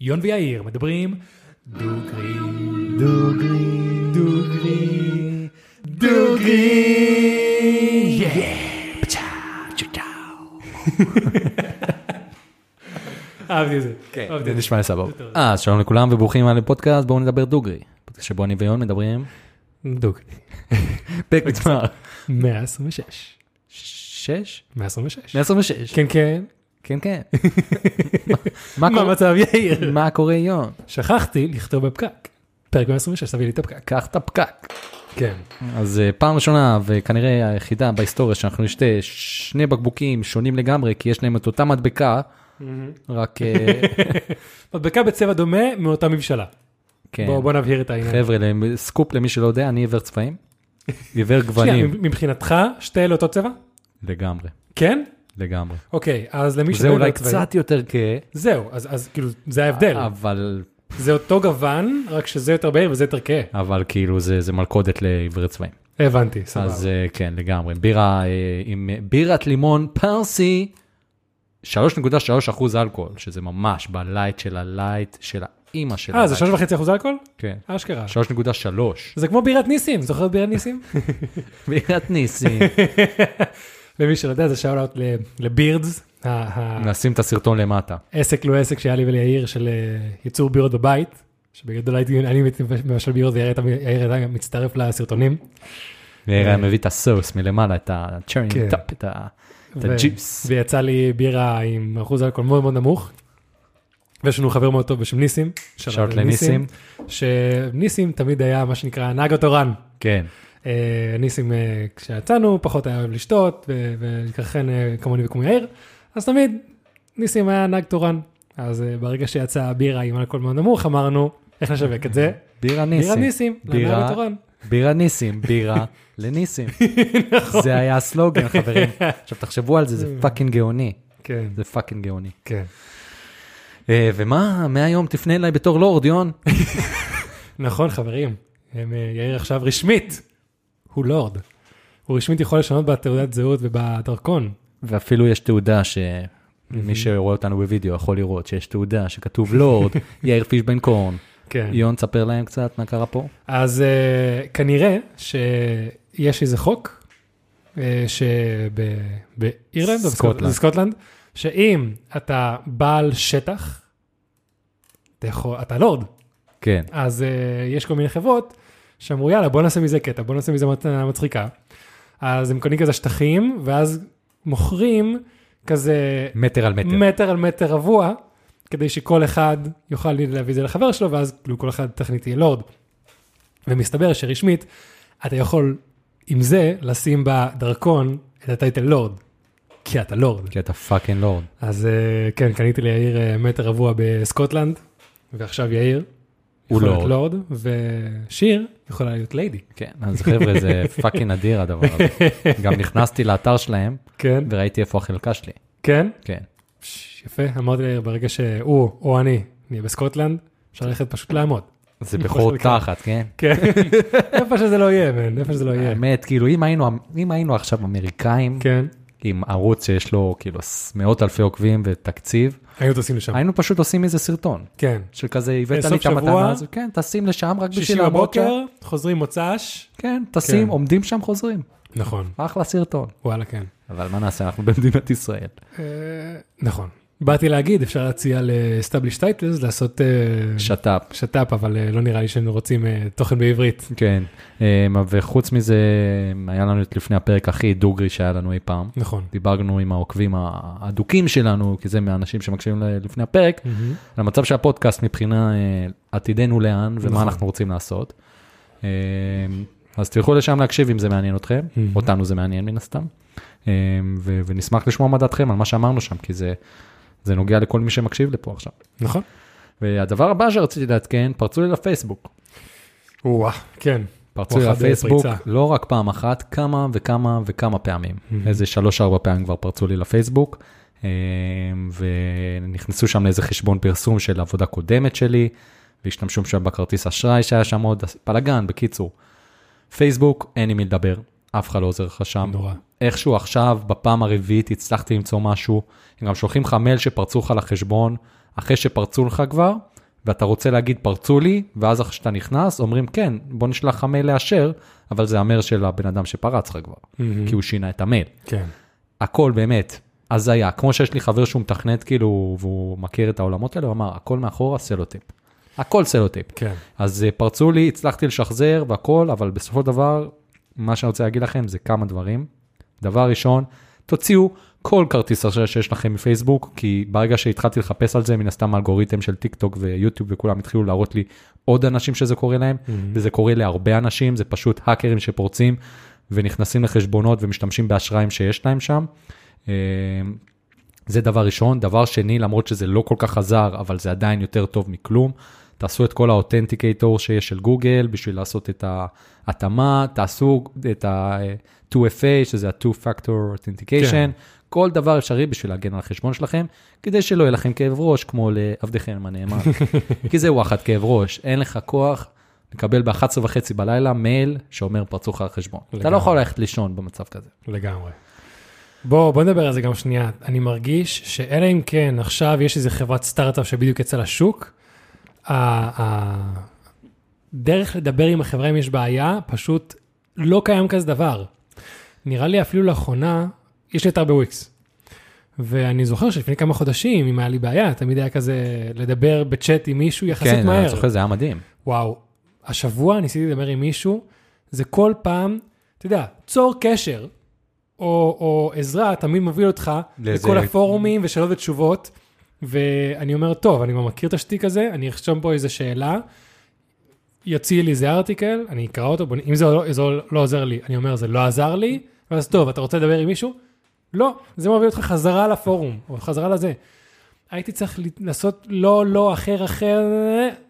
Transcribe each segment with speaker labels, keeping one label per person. Speaker 1: יון ויאיר מדברים דוגרי,
Speaker 2: דוגרי, דוגרי, דוגרי.
Speaker 1: יא, פצ'ה, צ'צ'או. אהבתי את זה. אהבתי
Speaker 2: זה
Speaker 1: את כן. זה.
Speaker 2: נשמע סבבה.
Speaker 1: טוב.
Speaker 2: אה, אז שלום לכולם וברוכים על הפודקאסט, בואו נדבר דוגרי. פודקאסט שבו אני ויון מדברים
Speaker 1: דוגרי.
Speaker 2: פרק מצמר.
Speaker 1: 126.
Speaker 2: שש?
Speaker 1: 126.
Speaker 2: 126.
Speaker 1: כן, כן.
Speaker 2: כן, כן.
Speaker 1: מה
Speaker 2: מה קורה-
Speaker 1: המצב, יאיר?
Speaker 2: מה קורה יון?
Speaker 1: שכחתי לכתוב בפקק. פרק 126, תביא לי את הפקק.
Speaker 2: קח את הפקק.
Speaker 1: כן.
Speaker 2: אז אה, פעם ראשונה וכנראה היחידה בהיסטוריה שאנחנו נשתה שני בקבוקים שונים לגמרי כי יש להם את אותה מדבקה, רק אה,
Speaker 1: מדבקה בצבע דומה מאותה מבשלה.
Speaker 2: כן.
Speaker 1: בוא בוא נבהיר את העניין.
Speaker 2: חבר'ה, למ- סקופ למי שלא יודע, אני עיוור צבעים, עיוור
Speaker 1: שנייה,
Speaker 2: גוונים,
Speaker 1: מבחינתך, שתי אלה אותו צבע?
Speaker 2: לגמרי,
Speaker 1: כן?
Speaker 2: לגמרי.
Speaker 1: אוקיי, אז למי
Speaker 2: זה
Speaker 1: שלא
Speaker 2: אולי
Speaker 1: יודע צבעים-
Speaker 2: קצת יותר כהה,
Speaker 1: זהו, אז אז כאילו, זה ההבדל.
Speaker 2: אה, אבל
Speaker 1: זה אותו גוון, רק שזה יותר בהיר וזה יותר כהה.
Speaker 2: אבל כאילו זה זה מלכודת לעיוור צבעים.
Speaker 1: הבנתי, סבבה.
Speaker 2: אז אה, כן, לגמרי. בירה אה, עם אה, בירת לימון פרסי, 3.3 אחוז אלכוהול, שזה ממש בלייט של הלייט של האימא של
Speaker 1: אה, זה
Speaker 2: הלייט.
Speaker 1: 3.5 אחוז אלכוהול?
Speaker 2: כן.
Speaker 1: אשכרה.
Speaker 2: 3.3.
Speaker 1: זה כמו בירת ניסים, זוכר את בירת ניסים?
Speaker 2: בירת ניסים.
Speaker 1: למי שלא יודע, זה שאול אאוט לבירדס, ה- ה-
Speaker 2: נשים את הסרטון למטה.
Speaker 1: עסק לא עסק שהיה לי וליאיר של אה, ייצור בירות בבית, שבגדול הייתי, אני מבשל בירות, ויאיר הייתה- יאיר היה מצטרף לסרטונים.
Speaker 2: נראה מביא את הסוס מלמעלה, את ה-cherry
Speaker 1: כן.
Speaker 2: top, את ה... את
Speaker 1: ו-
Speaker 2: הג'יפס.
Speaker 1: ויצא לי בירה עם אחוז אלכוהול מאוד מאוד נמוך. ויש לנו חבר מאוד טוב בשם ניסים.
Speaker 2: שאול לניסים.
Speaker 1: שניסים תמיד היה מה שנקרא הנהג התורן.
Speaker 2: כן.
Speaker 1: אה, ניסים אה, כשיצאנו פחות היה אוהב לשתות ו- ולכן אה, כמוני וכמו יאיר אז תמיד ניסים היה נהג תורן אז אה, ברגע שיצאה הבירה עם אלכוהול מאוד נמוך אמרנו איך נשווק את זה
Speaker 2: בירה
Speaker 1: בירה
Speaker 2: ניסים.
Speaker 1: ניסים
Speaker 2: בירה-
Speaker 1: לנהג התורן.
Speaker 2: בירה ניסים, בירה לניסים. זה היה הסלוגן, חברים. עכשיו תחשבו על זה, זה פאקינג גאוני.
Speaker 1: כן
Speaker 2: זה פאקינג גאוני.
Speaker 1: כן
Speaker 2: אה, ומה, מהיום תפנה אליי בתור לורד, יון?
Speaker 1: נכון חברים הם, אה, יאיר עכשיו רשמית הוא לורד. הוא רשמית יכול לשנות בתעודת זהות ובדרכון.
Speaker 2: ואפילו יש תעודה ש... מי שרואה אותנו בווידאו יכול לראות שיש תעודה שכתוב לורד, יאיר פיש בן קורן.
Speaker 1: כן.
Speaker 2: יון, תספר להם קצת מה קרה פה.
Speaker 1: אז uh, כנראה שיש איזה חוק uh, שבאירלנד,
Speaker 2: סקוטלנד.
Speaker 1: סקוטלנד, שאם אתה בעל שטח, אתה, יכול, אתה לורד,
Speaker 2: כן.
Speaker 1: אז uh, יש כל מיני חברות שאמרו יאללה בוא נעשה מזה קטע, בוא נעשה מזה מתנה מצחיקה. אז הם קונים כזה שטחים ואז מוכרים כזה
Speaker 2: מטר על מטר.
Speaker 1: מטר על מטר רבוע, כדי שכל אחד יוכל להביא את זה לחבר שלו, ואז כאילו כל אחד טכנית יהיה לורד. ומסתבר שרשמית, אתה יכול עם זה לשים בדרכון את הטייטל לורד, כי אתה לורד.
Speaker 2: כי אתה פאקינג לורד.
Speaker 1: אז אה, כן, קניתי ליאיר אה, מטר רבוע בסקוטלנד, ועכשיו יאיר.
Speaker 2: הוא
Speaker 1: יכול להיות
Speaker 2: לורד.
Speaker 1: לורד, ושיר יכולה להיות ליידי.
Speaker 2: כן, אז חבר'ה, זה פאקינג אדיר הדבר הזה. גם נכנסתי לאתר שלהם
Speaker 1: כן,
Speaker 2: וראיתי איפה החלקה שלי.
Speaker 1: כן.
Speaker 2: כן.
Speaker 1: פש, יפה, אמרתי ליאיר, ברגע שהוא או אני נהיה בסקוטלנד, אפשר ללכת פשוט לעמוד.
Speaker 2: זה בכור תחת, כן?
Speaker 1: כן, איפה שזה לא יהיה, מן, איפה שזה לא יהיה.
Speaker 2: האמת, כאילו, אם היינו, אם היינו עכשיו אמריקאים,
Speaker 1: כן,
Speaker 2: עם ערוץ שיש לו כאילו ס- מאות אלפי עוקבים ותקציב,
Speaker 1: היינו טוסים לשם.
Speaker 2: היינו פשוט עושים איזה סרטון.
Speaker 1: כן.
Speaker 2: של כזה, הבאת לי
Speaker 1: סוף
Speaker 2: את המתנה
Speaker 1: שבוע.
Speaker 2: הזו, כן, טסים לשם רק
Speaker 1: שישי
Speaker 2: בשביל לעמוד שם.
Speaker 1: בבוקר, חוזרים מוצ"ש.
Speaker 2: כן, טסים,
Speaker 1: כן.
Speaker 2: עומדים שם, חוזרים.
Speaker 1: נכון,
Speaker 2: אחלה סרטון.
Speaker 1: וואלה, כן.
Speaker 2: אבל מה נעשה, אנחנו במדינת ישראל.
Speaker 1: אה, נכון. באתי להגיד, אפשר להציע ל-Establish Titles לעשות אה,
Speaker 2: שת"פ.
Speaker 1: שת"פ, אבל אה, לא נראה לי שהם רוצים אה, תוכן בעברית.
Speaker 2: כן, אמ, וחוץ מזה, אמ, היה לנו את לפני הפרק הכי דוגרי שהיה לנו אי פעם.
Speaker 1: נכון.
Speaker 2: דיברנו עם העוקבים האדוקים שלנו, כי זה מהאנשים שמקשיבים ל- לפני הפרק,
Speaker 1: מהמם.
Speaker 2: על המצב של הפודקאסט מבחינה אה, עתידנו לאן ומה
Speaker 1: נכון.
Speaker 2: אנחנו רוצים לעשות. אמ, אז תלכו לשם להקשיב אם זה מעניין אתכם,
Speaker 1: אמ.
Speaker 2: אותנו זה מעניין מן הסתם, אמ, ו- ונשמח לשמוע מה דעתכם על מה שאמרנו שם, כי זה, זה נוגע לכל מי שמקשיב לפה עכשיו.
Speaker 1: נכון.
Speaker 2: והדבר הבא שרציתי לעדכן, פרצו לי לפייסבוק.
Speaker 1: וואה. כן.
Speaker 2: פרצו
Speaker 1: הוא
Speaker 2: לי
Speaker 1: אחד
Speaker 2: לפייסבוק
Speaker 1: פריצה.
Speaker 2: לא רק פעם אחת, כמה וכמה וכמה פעמים. איזה שלוש-ארבע פעמים כבר פרצו לי לפייסבוק, אה, ונכנסו שם לאיזה חשבון פרסום של עבודה קודמת שלי, והשתמשו שם בכרטיס אשראי שהיה שם עוד, בלאגן, בקיצור. פייסבוק, אין עם מי לדבר, אף אחד לא עוזר לך שם.
Speaker 1: נורא.
Speaker 2: איכשהו עכשיו, בפעם הרביעית, הצלחתי למצוא משהו. הם גם שולחים לך מייל שפרצו לך לחשבון, אחרי שפרצו לך כבר, ואתה רוצה להגיד פרצו לי, ואז אחרי שאתה נכנס, אומרים כן, בוא נשלח לך מייל לאשר, אבל זה המייל של הבן אדם שפרץ לך כבר, כי הוא שינה את המייל.
Speaker 1: כן.
Speaker 2: הכל באמת הזיה, כמו שיש לי חבר שהוא מתכנת כאילו, והוא מכיר את העולמות האלה, הוא אמר, הכל מאחורה סלוטיפ. הכל סלוטיפ.
Speaker 1: כן.
Speaker 2: אז אה, פרצו לי, הצלחתי לשחזר והכל, אבל בסופו של דבר, מה שאני רוצה להגיד לכם זה כמה דברים. דבר ראשון, תוציאו כל כרטיס אשראי שיש לכם מפייסבוק, כי ברגע שהתחלתי לחפש על זה, מן הסתם האלגוריתם של טיק טוק ויוטיוב וכולם התחילו להראות לי עוד אנשים שזה קורה להם, mm-hmm. וזה קורה להרבה אנשים, זה פשוט האקרים שפורצים ונכנסים לחשבונות ומשתמשים באשראים שיש להם שם. אה, זה דבר ראשון. דבר שני, למרות שזה לא כל כך עזר, אבל זה עדיין יותר טוב מכלום, תעשו את כל האותנטיקטור שיש של גוגל בשביל לעשות את ההתאמה, תעשו את ה-2FA, שזה ה-2-Factor
Speaker 1: כן.
Speaker 2: Authentication, כן. כל דבר אפשרי בשביל להגן על החשבון שלכם, כדי שלא יהיה לכם כאב ראש, כמו לעבדכם הנאמן. כי זה וואחד כאב ראש, אין לך כוח. לקבל ב-11 וחצי בלילה מייל שאומר פרצו לך החשבון. אתה לא
Speaker 1: לגמרי.
Speaker 2: יכול ללכת לישון במצב כזה.
Speaker 1: לגמרי. בוא, בוא נדבר על זה גם שנייה. אני מרגיש שאלא אם כן, עכשיו יש איזה חברת סטארט-אפ שבדיוק יצא לשוק, הדרך לדבר עם החברה אם יש בעיה, פשוט לא קיים כזה דבר. נראה לי אפילו לאחרונה, יש לי אתר בוויקס. ואני זוכר שלפני כמה חודשים, אם היה לי בעיה, תמיד היה כזה לדבר בצ'אט עם מישהו יחסית
Speaker 2: כן,
Speaker 1: מהר.
Speaker 2: אני זוכר, זה היה מדהים.
Speaker 1: וואו, השבוע ניסיתי לדבר עם מישהו, זה כל פעם, אתה יודע, צור קשר, או, או עזרה, תמיד מוביל אותך
Speaker 2: לאיזה-
Speaker 1: לכל הפורומים ושאלות ותשובות, ואני אומר, טוב, אני כבר מכיר את השטיק הזה, אני ארשום פה איזו שאלה, יוציא לי איזה ארטיקל, אני אקרא אותו, בוא, נ- אם זה לא, זה לא עוזר לי, אני אומר, זה לא עזר לי, ואז טוב, אתה רוצה לדבר עם מישהו? לא, זה מוביל אותך חזרה לפורום, או חזרה לזה. הייתי צריך ל- לעשות לא, לא, אחר, אחר,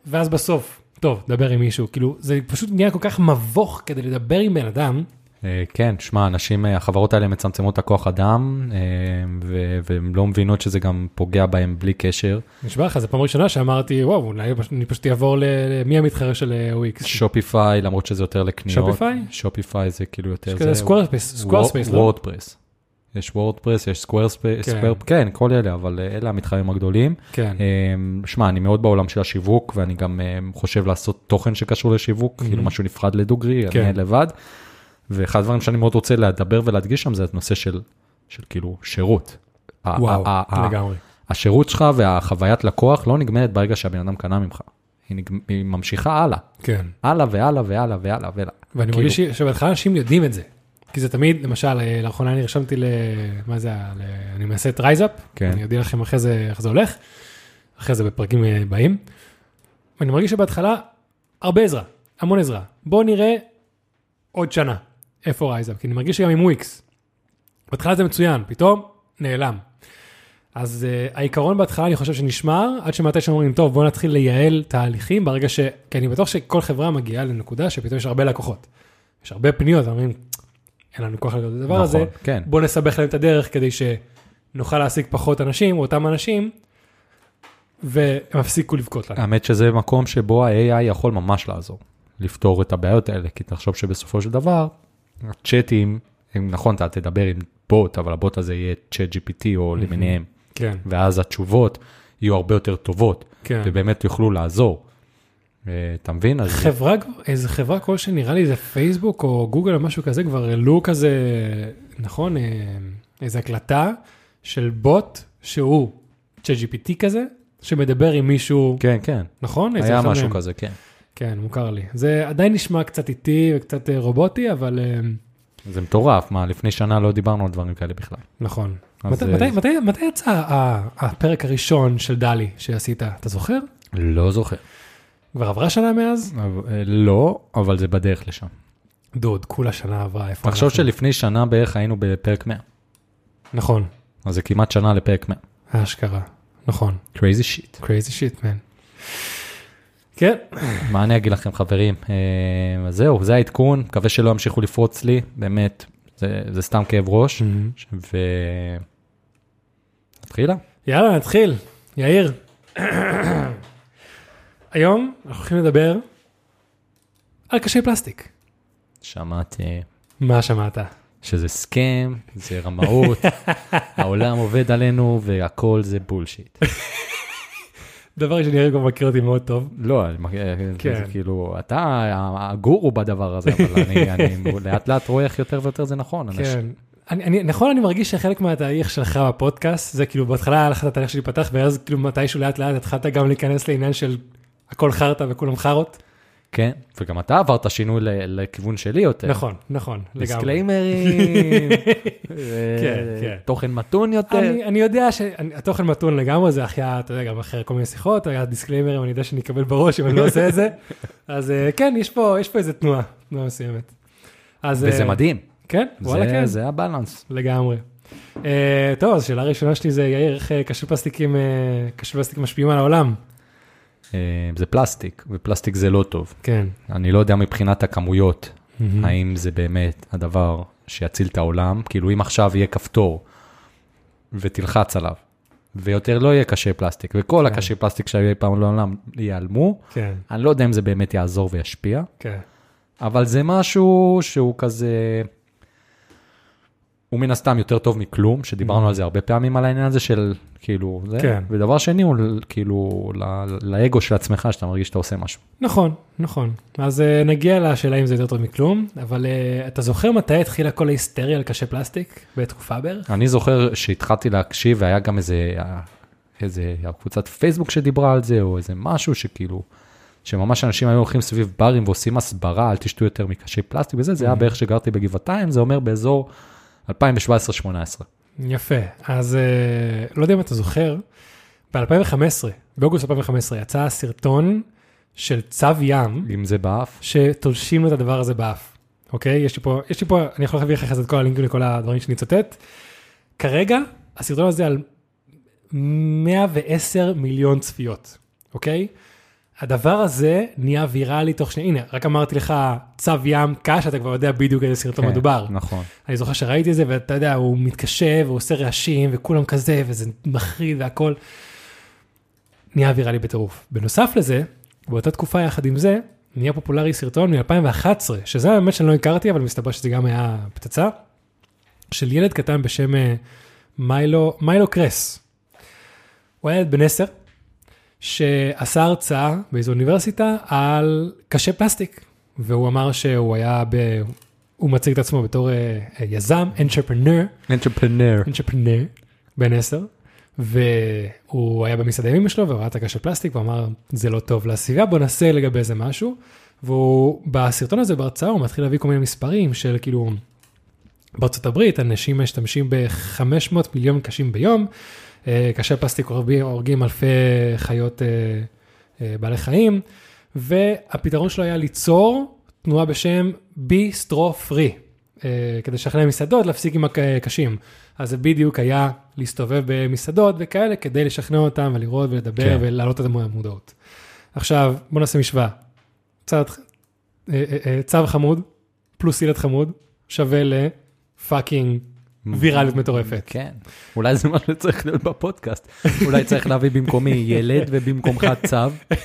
Speaker 1: ואז בסוף, טוב, דבר עם מישהו. כאילו, זה פשוט נהיה כל כך מבוך כדי לדבר עם בן אדם.
Speaker 2: אה, כן, שמע, אנשים, אה, החברות האלה מצמצמות את הכוח אדם, אה, ו- והן לא מבינות שזה גם פוגע בהם בלי קשר.
Speaker 1: נשבע לך, זו פעם ראשונה שאמרתי, וואו, אולי פש- אני פשוט אעבור ל... ל- מי המתחרה של אה, וויקס?
Speaker 2: שופיפיי, למרות שזה יותר לקניות.
Speaker 1: שופיפיי?
Speaker 2: שופיפיי זה כאילו יותר...
Speaker 1: כזה סקוורספייס, סקוורספייס, לא?
Speaker 2: וורדפרס. יש וורדפרס, יש סקוורספייס,
Speaker 1: כן.
Speaker 2: כן, כל אלה, אבל אה, אלה המתחרים הגדולים.
Speaker 1: כן.
Speaker 2: אמ, שמע, אני מאוד בעולם של השיווק, ואני גם אמ, חושב לעשות תוכן שקשור לשיווק, כאילו משהו נפרד לדוגרי,
Speaker 1: כן.
Speaker 2: אני אהיה לבד. ואחד הדברים שאני מאוד רוצה לדבר ולהדגיש שם זה את נושא של, של כאילו שירות. ה-
Speaker 1: וואו,
Speaker 2: ה- ה- ה-
Speaker 1: לגמרי.
Speaker 2: השירות שלך והחוויית לקוח לא נגמרת ברגע שהבן אדם קנה ממך. היא, נגמ... היא ממשיכה הלאה,
Speaker 1: כן.
Speaker 2: הלאה והלאה והללה והלאה והלאה.
Speaker 1: ואני
Speaker 2: כאילו,
Speaker 1: מרגיש ש- שבהתחלה אנשים יודעים את זה. כי זה תמיד, למשל, אה, לאחרונה אני נרשמתי ל... מה זה, היה? ל- אני מנסה את רייזאפ,
Speaker 2: כן.
Speaker 1: אני אודיע לכם אחרי זה איך זה הולך, אחרי זה בפרקים אה, באים. אני מרגיש שבהתחלה, הרבה עזרה, המון עזרה. בואו נראה עוד שנה, איפה רייזאפ, כי אני מרגיש שגם עם וויקס. בהתחלה זה מצוין, פתאום נעלם. אז uh, העיקרון בהתחלה אני חושב שנשמר, עד שמתי שאומרים, טוב, בואו נתחיל לייעל תהליכים ברגע ש... כי אני בטוח שכל חברה מגיעה לנקודה שפתאום יש הרבה לקוחות. יש הרבה פניות, אומרים, אין לנו כוח לגדול לדבר
Speaker 2: נכון,
Speaker 1: הזה,
Speaker 2: כן.
Speaker 1: בואו נסבך להם את הדרך כדי שנוכל להעסיק פחות אנשים, או אותם אנשים, והם יפסיקו לבכות לנו.
Speaker 2: האמת שזה מקום שבו ה-AI יכול ממש לעזור, לפתור את הבעיות האלה, כי תחשוב שבסופו של דבר, הצ'אטים, הם- נכון, אתה תדבר עם בוט, אבל הבוט הזה יהיה צ'אט GPT או למיניהם,
Speaker 1: כן,
Speaker 2: ואז התשובות יהיו הרבה יותר טובות,
Speaker 1: כן.
Speaker 2: ובאמת יוכלו לעזור. אה, אתה מבין? אז
Speaker 1: חברה, איזה חברה כלשהי, נראה לי זה פייסבוק או גוגל או משהו כזה, כבר העלו כזה, נכון, אה, איזו הקלטה של בוט שהוא ChatGPT כזה, שמדבר עם מישהו,
Speaker 2: כן, כן,
Speaker 1: נכון? איזה
Speaker 2: היה
Speaker 1: אחד
Speaker 2: משהו
Speaker 1: מהם?
Speaker 2: כזה, כן.
Speaker 1: כן, מוכר לי. זה עדיין נשמע קצת איטי וקצת אה, רובוטי, אבל אה,
Speaker 2: זה מטורף, מה, לפני שנה לא דיברנו על דברים כאלה בכלל.
Speaker 1: נכון.
Speaker 2: אז,
Speaker 1: מת-
Speaker 2: אה,
Speaker 1: מתי- מתי- מתי יצא ה- הפרק הראשון של דלי שעשית? אתה זוכר?
Speaker 2: לא זוכר.
Speaker 1: כבר עברה שנה מאז?
Speaker 2: לא, אבל זה בדרך לשם.
Speaker 1: דוד, כולה שנה עברה, איפה
Speaker 2: תחשוב
Speaker 1: אנחנו?
Speaker 2: שלפני שנה בערך היינו בפרק 100,
Speaker 1: נכון,
Speaker 2: אז זה כמעט שנה לפרק 100.
Speaker 1: האשכרה, נכון.
Speaker 2: crazy shit.
Speaker 1: crazy shit man. כן,
Speaker 2: מה אני אגיד לכם חברים, אה, אז זהו, זה העדכון, מקווה שלא ימשיכו לפרוץ לי, באמת, זה, זה סתם כאב ראש,
Speaker 1: Mm-hmm.
Speaker 2: ו... נתחילה?
Speaker 1: יאללה נתחיל, יאיר. היום אנחנו הולכים לדבר על קשי פלסטיק.
Speaker 2: שמעתי
Speaker 1: מה שמעת?
Speaker 2: שזה סכם, זה רמאות, העולם עובד עלינו והכל זה בולשיט.
Speaker 1: דבר ראשון, יריב גם מכיר אותי מאוד טוב.
Speaker 2: לא, אני מכיר,
Speaker 1: כן.
Speaker 2: זה כאילו, אתה הגורו בדבר הזה, אבל אני, אני לאט לאט רואה איך יותר ויותר זה נכון. אנשים-
Speaker 1: כן. אני, אני, נכון, אני מרגיש שחלק מהתהליך שלך בפודקאסט, זה כאילו בהתחלה היה לך את התהליך שלי ואז כאילו מתישהו לאט לאט התחלת גם להיכנס לעניין של הכל חרטא וכולם חארות.
Speaker 2: כן, וגם אתה עברת שינוי ל- לכיוון שלי יותר.
Speaker 1: נכון, נכון, לגמרי.
Speaker 2: דיסקליימרים,
Speaker 1: כן,
Speaker 2: אה,
Speaker 1: כן.
Speaker 2: תוכן מתון יותר.
Speaker 1: אני, אני יודע שהתוכן מתון לגמרי, זה היה, אתה יודע, גם אחרי כל מיני שיחות, היה דיסקליימרים, אני יודע שאני אקבל בראש אם אני לא עושה את זה. אז אה, כן, יש פה, יש פה איזה תנועה, תנועה מסוימת. אז,
Speaker 2: וזה
Speaker 1: אה,
Speaker 2: מדהים,
Speaker 1: כן, וואלה
Speaker 2: זה-
Speaker 1: כן,
Speaker 2: זה הבלנס.
Speaker 1: לגמרי. אה, טוב, אז השאלה הראשונה שלי זה, יאיר, איך אה, קשרי פלסטיקים, אה, קשרי פלסטיק משפיעים על העולם?
Speaker 2: אה, זה פלסטיק, ופלסטיק זה לא טוב.
Speaker 1: כן.
Speaker 2: אני לא יודע מבחינת הכמויות,
Speaker 1: מהמם.
Speaker 2: האם זה באמת הדבר שיציל את העולם. כאילו, אם עכשיו יהיה כפתור ותלחץ עליו, ויותר לא יהיה קשה פלסטיק, וכל הקשי פלסטיק שהיו אי פעם לעולם ייעלמו,
Speaker 1: כן,
Speaker 2: אני לא יודע אם זה באמת יעזור וישפיע.
Speaker 1: כן.
Speaker 2: אבל זה משהו שהוא כזה... הוא מן הסתם יותר טוב מכלום, שדיברנו על זה הרבה פעמים, על העניין הזה של כאילו זה.
Speaker 1: כן.
Speaker 2: ודבר שני הוא ל- כאילו ל- לאגו של עצמך, שאתה מרגיש שאתה עושה משהו.
Speaker 1: נכון, נכון. אז אה, נגיע לשאלה אם זה יותר טוב מכלום, אבל אה, אתה זוכר מתי התחילה כל ההיסטריה על קשי פלסטיק? בתקופה בערך?
Speaker 2: אני זוכר שהתחלתי להקשיב והיה גם איזה, איזה קבוצת פייסבוק שדיברה על זה, או איזה משהו שכאילו, שממש אנשים היו הולכים סביב ברים ועושים הסברה, אל תשתו יותר מקשי פלסטיק וזה, זה היה בערך שגרתי בגבעתיים, זה אומר באזור 2017-2018.
Speaker 1: יפה. אז אה, לא יודע אם אתה זוכר, ב-2015, באוגוסט 2015, יצא סרטון של צב ים,
Speaker 2: אם זה באף.
Speaker 1: שתולשים לו את הדבר הזה באף. אוקיי? יש לי פה, יש לי פה, אני יכול להביא לך אחרי זה את כל הלינקים לכל הדברים שאני אצטט. כרגע, הסרטון הזה על 110 מיליון צפיות, אוקיי? הדבר הזה נהיה ויראלי תוך שנייה, הנה, רק אמרתי לך צו ים קש, אתה כבר יודע בדיוק איזה סרטון
Speaker 2: כן,
Speaker 1: מדובר.
Speaker 2: נכון.
Speaker 1: אני זוכר שראיתי את זה, ואתה יודע, הוא מתקשה והוא עושה רעשים, וכולם כזה, וזה מחריד והכל. נהיה ויראלי בטירוף. בנוסף לזה, באותה תקופה יחד עם זה, נהיה פופולרי סרטון מ-2011, שזה האמת שאני לא הכרתי, אבל מסתבר שזה גם היה פצצה, של ילד קטן בשם אה, מיילו, מיילו קרס. הוא היה ילד בן עשר, שעשה הרצאה באיזו אוניברסיטה על קשה פלסטיק, והוא אמר שהוא היה ב... הוא מציג את עצמו בתור אה, אה, יזם, entrepreneur,
Speaker 2: אנטרפנר.
Speaker 1: entrepreneur, בן עשר, והוא היה במסעדה עם אמא שלו והוא ראה את הקשה פלסטיק ואמר, זה לא טוב לסביבה, בוא נעשה לגבי זה משהו. והוא, בסרטון הזה בהרצאה הוא מתחיל להביא כל מיני מספרים של כאילו, בארצות הברית אנשים משתמשים ב-500 מיליון קשים ביום, אה, קשי פלסטיק הורגים- הורגים אלפי חיות, אה, אה, בעלי חיים, והפתרון שלו היה ליצור תנועה בשם ביסטרו פרי, אה, כדי לשכנע מסעדות להפסיק עם הקשים. אז זה בדיוק היה להסתובב במסעדות וכאלה, כדי לשכנע אותם ולראות ולדבר
Speaker 2: כן.
Speaker 1: כן. ולהעלות את המודעות. עכשיו, בוא נעשה משוואה. צד, אה, אה, אה, צו חמוד, פלוס ילד חמוד, שווה לפאקינג ויראליות מטורפת.
Speaker 2: כן, אולי זה מה שצריך להיות בפודקאסט. אולי צריך להביא במקומי ילד ובמקומך צו,
Speaker 1: יש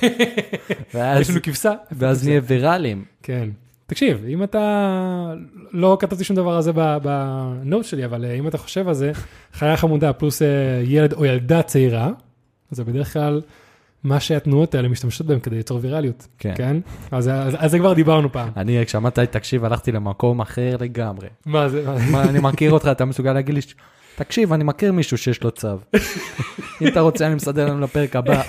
Speaker 2: ואז,
Speaker 1: לנו כבשה.
Speaker 2: ואז נהיה ויראליים.
Speaker 1: כן. תקשיב, אם אתה... לא כתבתי שום דבר על זה ב- בנוט שלי, אבל אה, אם אתה חושב על זה, חיה חמודה פלוס אה, ילד או ילדה צעירה, זה בדרך כלל מה שהתנועות האלה משתמשות בהם כדי ליצור ויראליות.
Speaker 2: כן.
Speaker 1: כן? אז אז- אז זה כבר דיברנו פעם.
Speaker 2: אני, כשאמרת לי, תקשיב, הלכתי למקום אחר לגמרי.
Speaker 1: מה זה? מה-
Speaker 2: מה, אני מכיר אותך, אתה מסוגל להגיד לי, ש- תקשיב, אני מכיר מישהו שיש לו צו. אם אתה רוצה, אני מסדר לנו לפרק הבא.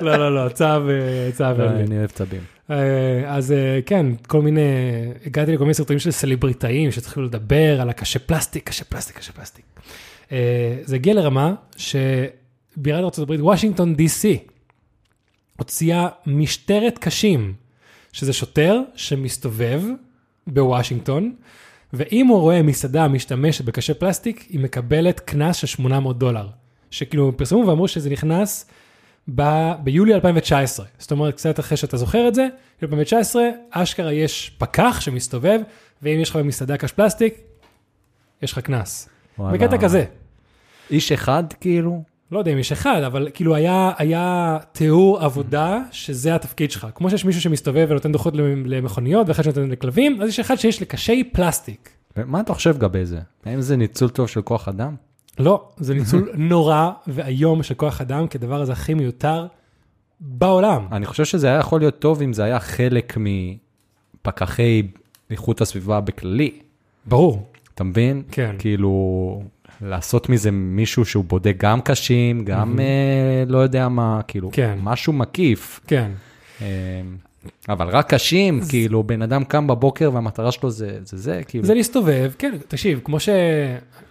Speaker 1: לא, לא, לא, צו, אה, צו. אין לי.
Speaker 2: אני אוהב צבים.
Speaker 1: אה, אז אה, כן, כל מיני, הגעתי לכל מיני סרטונים של סלבריטאים שהתחילו לדבר על הקשה פלסטיק, קשה פלסטיק, קשה פלסטיק. אה, זה הגיע לרמה שבירת ארה"ב, וושינגטון די.סי, הוציאה משטרת קשים, שזה שוטר שמסתובב בוושינגטון, ואם הוא רואה מסעדה משתמשת בקשה פלסטיק, היא מקבלת קנס של 800 דולר. שכאילו פרסמו ואמרו שזה נכנס ב- ביולי 2019, זאת אומרת קצת אחרי שאתה זוכר את זה, יולי 2019, אשכרה יש פקח שמסתובב, ואם יש לך במסעדה קש פלסטיק, יש לך קנס.
Speaker 2: וואלה.
Speaker 1: בקטע כזה,
Speaker 2: איש אחד, כאילו?
Speaker 1: לא יודע אם יש אחד, אבל כאילו היה, היה תיאור עבודה שזה התפקיד שלך. כמו שיש מישהו שמסתובב ונותן דוחות למ- למכוניות, ואחד שנותן לכלבים, אז יש אחד שיש לקשי פלסטיק.
Speaker 2: מה אתה חושב לגבי זה? האם זה ניצול טוב של כוח אדם?
Speaker 1: לא, זה ניצול נורא ואיום של כוח אדם כדבר הזה הכי מיותר בעולם.
Speaker 2: אני חושב שזה היה יכול להיות טוב אם זה היה חלק מפקחי איכות הסביבה בכללי,
Speaker 1: ברור.
Speaker 2: אתה מבין?
Speaker 1: כן.
Speaker 2: כאילו, לעשות מזה מישהו שהוא בודק גם קשים, גם אה, לא יודע מה, כאילו,
Speaker 1: כן.
Speaker 2: משהו מקיף.
Speaker 1: כן.
Speaker 2: אה, אבל רק קשים, כאילו, בן אדם קם בבוקר והמטרה שלו זה זה, זה כאילו.
Speaker 1: זה להסתובב, כן, תקשיב, כמו ש...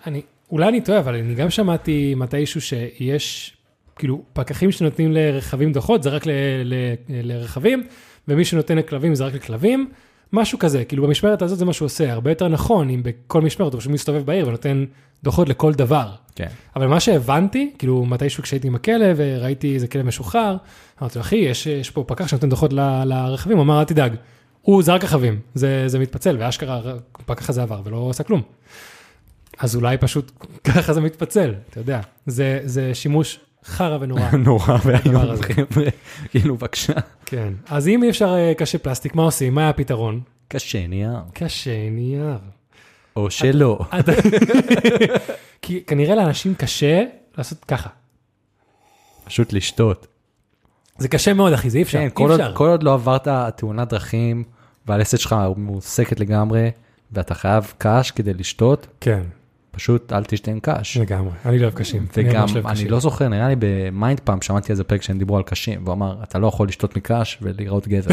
Speaker 1: אני, אולי אני טועה, אבל אני גם שמעתי מתישהו שיש, כאילו, פקחים שנותנים לרכבים דוחות, זה רק ל, ל, לרכבים, ומי שנותן לכלבים זה רק לכלבים, משהו כזה, כאילו במשמרת הזאת זה מה שהוא עושה, הרבה יותר נכון אם בכל משמרת הוא פשוט מסתובב בעיר ונותן דוחות לכל דבר.
Speaker 2: כן.
Speaker 1: אבל מה שהבנתי, כאילו מתישהו כשהייתי עם הכלב וראיתי איזה כלב משוחרר, אמרתי לו, אחי, יש, יש פה פקח שנותן דוחות ל- לרכבים, הוא אמר, אל תדאג, הוא זרק רכבים, זה, זה מתפצל, ואשכרה הפקח הזה עבר ולא עשה כלום. אז אולי פשוט ככה זה מתפצל, אתה יודע, זה, זה שימוש חרא ונורא.
Speaker 2: נורא
Speaker 1: הדבר
Speaker 2: ואיום,
Speaker 1: הזה.
Speaker 2: חבר'ה. כאילו, בבקשה.
Speaker 1: כן. אז אם אי אפשר אה, קשה פלסטיק, מה עושים? מה היה הפתרון?
Speaker 2: קשה נייר.
Speaker 1: קשה נייר.
Speaker 2: או שלא.
Speaker 1: אתה- כי כנראה לאנשים קשה לעשות ככה.
Speaker 2: פשוט לשתות.
Speaker 1: זה קשה מאוד, אחי, זה אי אפשר,
Speaker 2: כן,
Speaker 1: אי
Speaker 2: כל עוד,
Speaker 1: אפשר.
Speaker 2: כל עוד לא עברת תאונת דרכים והלסת שלך מועסקת לגמרי ואתה חייב קש כדי לשתות,
Speaker 1: כן.
Speaker 2: פשוט אל תשתה עם קש.
Speaker 1: לגמרי, אני לא אוהב קשים.
Speaker 2: וגם,
Speaker 1: ממש אוהב
Speaker 2: אני
Speaker 1: קשים.
Speaker 2: לא זוכר, נראה לי במיינד פעם שמעתי איזה פרק שהם דיברו על קשים, והוא אמר, אתה לא יכול לשתות מקש ולראות גזר.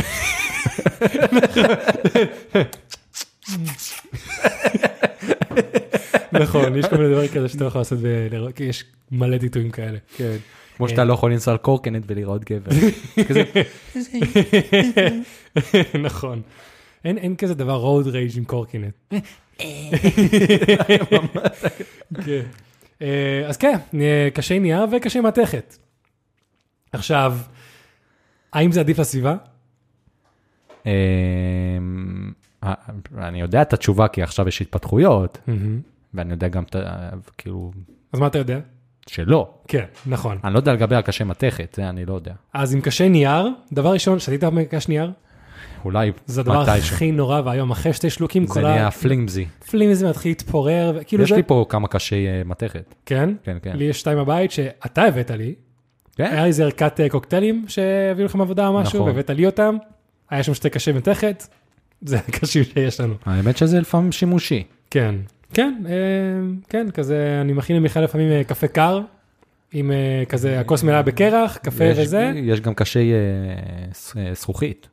Speaker 1: נכון, יש כל מיני דבר כזה שאתה לא יכול לעשות, ב- כי יש מלא טיטויים כאלה. כן.
Speaker 2: כמו שאתה לא יכול לנסוע על קורקנט ולראות גבר. כזה,
Speaker 1: נכון. אין, אין כזה דבר road rage עם קורקינט. כן. אה, אז כן, אה, קשי נייר וקשי מתכת. עכשיו, האם זה עדיף לסביבה?
Speaker 2: אמ, אה, אני יודע את התשובה כי עכשיו יש התפתחויות, ואני יודע גם, את ה- כאילו,
Speaker 1: אז מה אתה יודע?
Speaker 2: שלא.
Speaker 1: כן, נכון.
Speaker 2: אני לא יודע לגבי הקשה מתכת, זה אני לא יודע.
Speaker 1: אז עם קשי נייר, דבר ראשון, שתית מקש נייר?
Speaker 2: אולי
Speaker 1: זה הדבר
Speaker 2: מתישהו.
Speaker 1: הכי נורא ואיום, אחרי שתי שלוקים,
Speaker 2: זה
Speaker 1: כל
Speaker 2: נהיה פלינגזי.
Speaker 1: הפלים הזה מתחיל להתפורר, וכאילו
Speaker 2: יש
Speaker 1: כאילו זה...
Speaker 2: לי פה כמה קשי אה, מתכת.
Speaker 1: כן?
Speaker 2: כן, כן.
Speaker 1: לי יש שתיים בבית שאתה הבאת לי.
Speaker 2: כן?
Speaker 1: היה איזה ערכת אה, קוקטיילים שהביאו לכם עבודה או משהו,
Speaker 2: נכון.
Speaker 1: והבאת לי אותם. היה שם שתי קשים מתכת, זה הקשים שיש לנו.
Speaker 2: האמת שזה לפעמים שימושי.
Speaker 1: כן. כן, אה, כן, כזה, אני מכין למיכל לפעמים אה, קפה קר, עם אה, כזה, הכוס מלאה בקרח, קפה
Speaker 2: יש-
Speaker 1: וזה.
Speaker 2: יש גם קשי אה, ס- אה, זכוכית.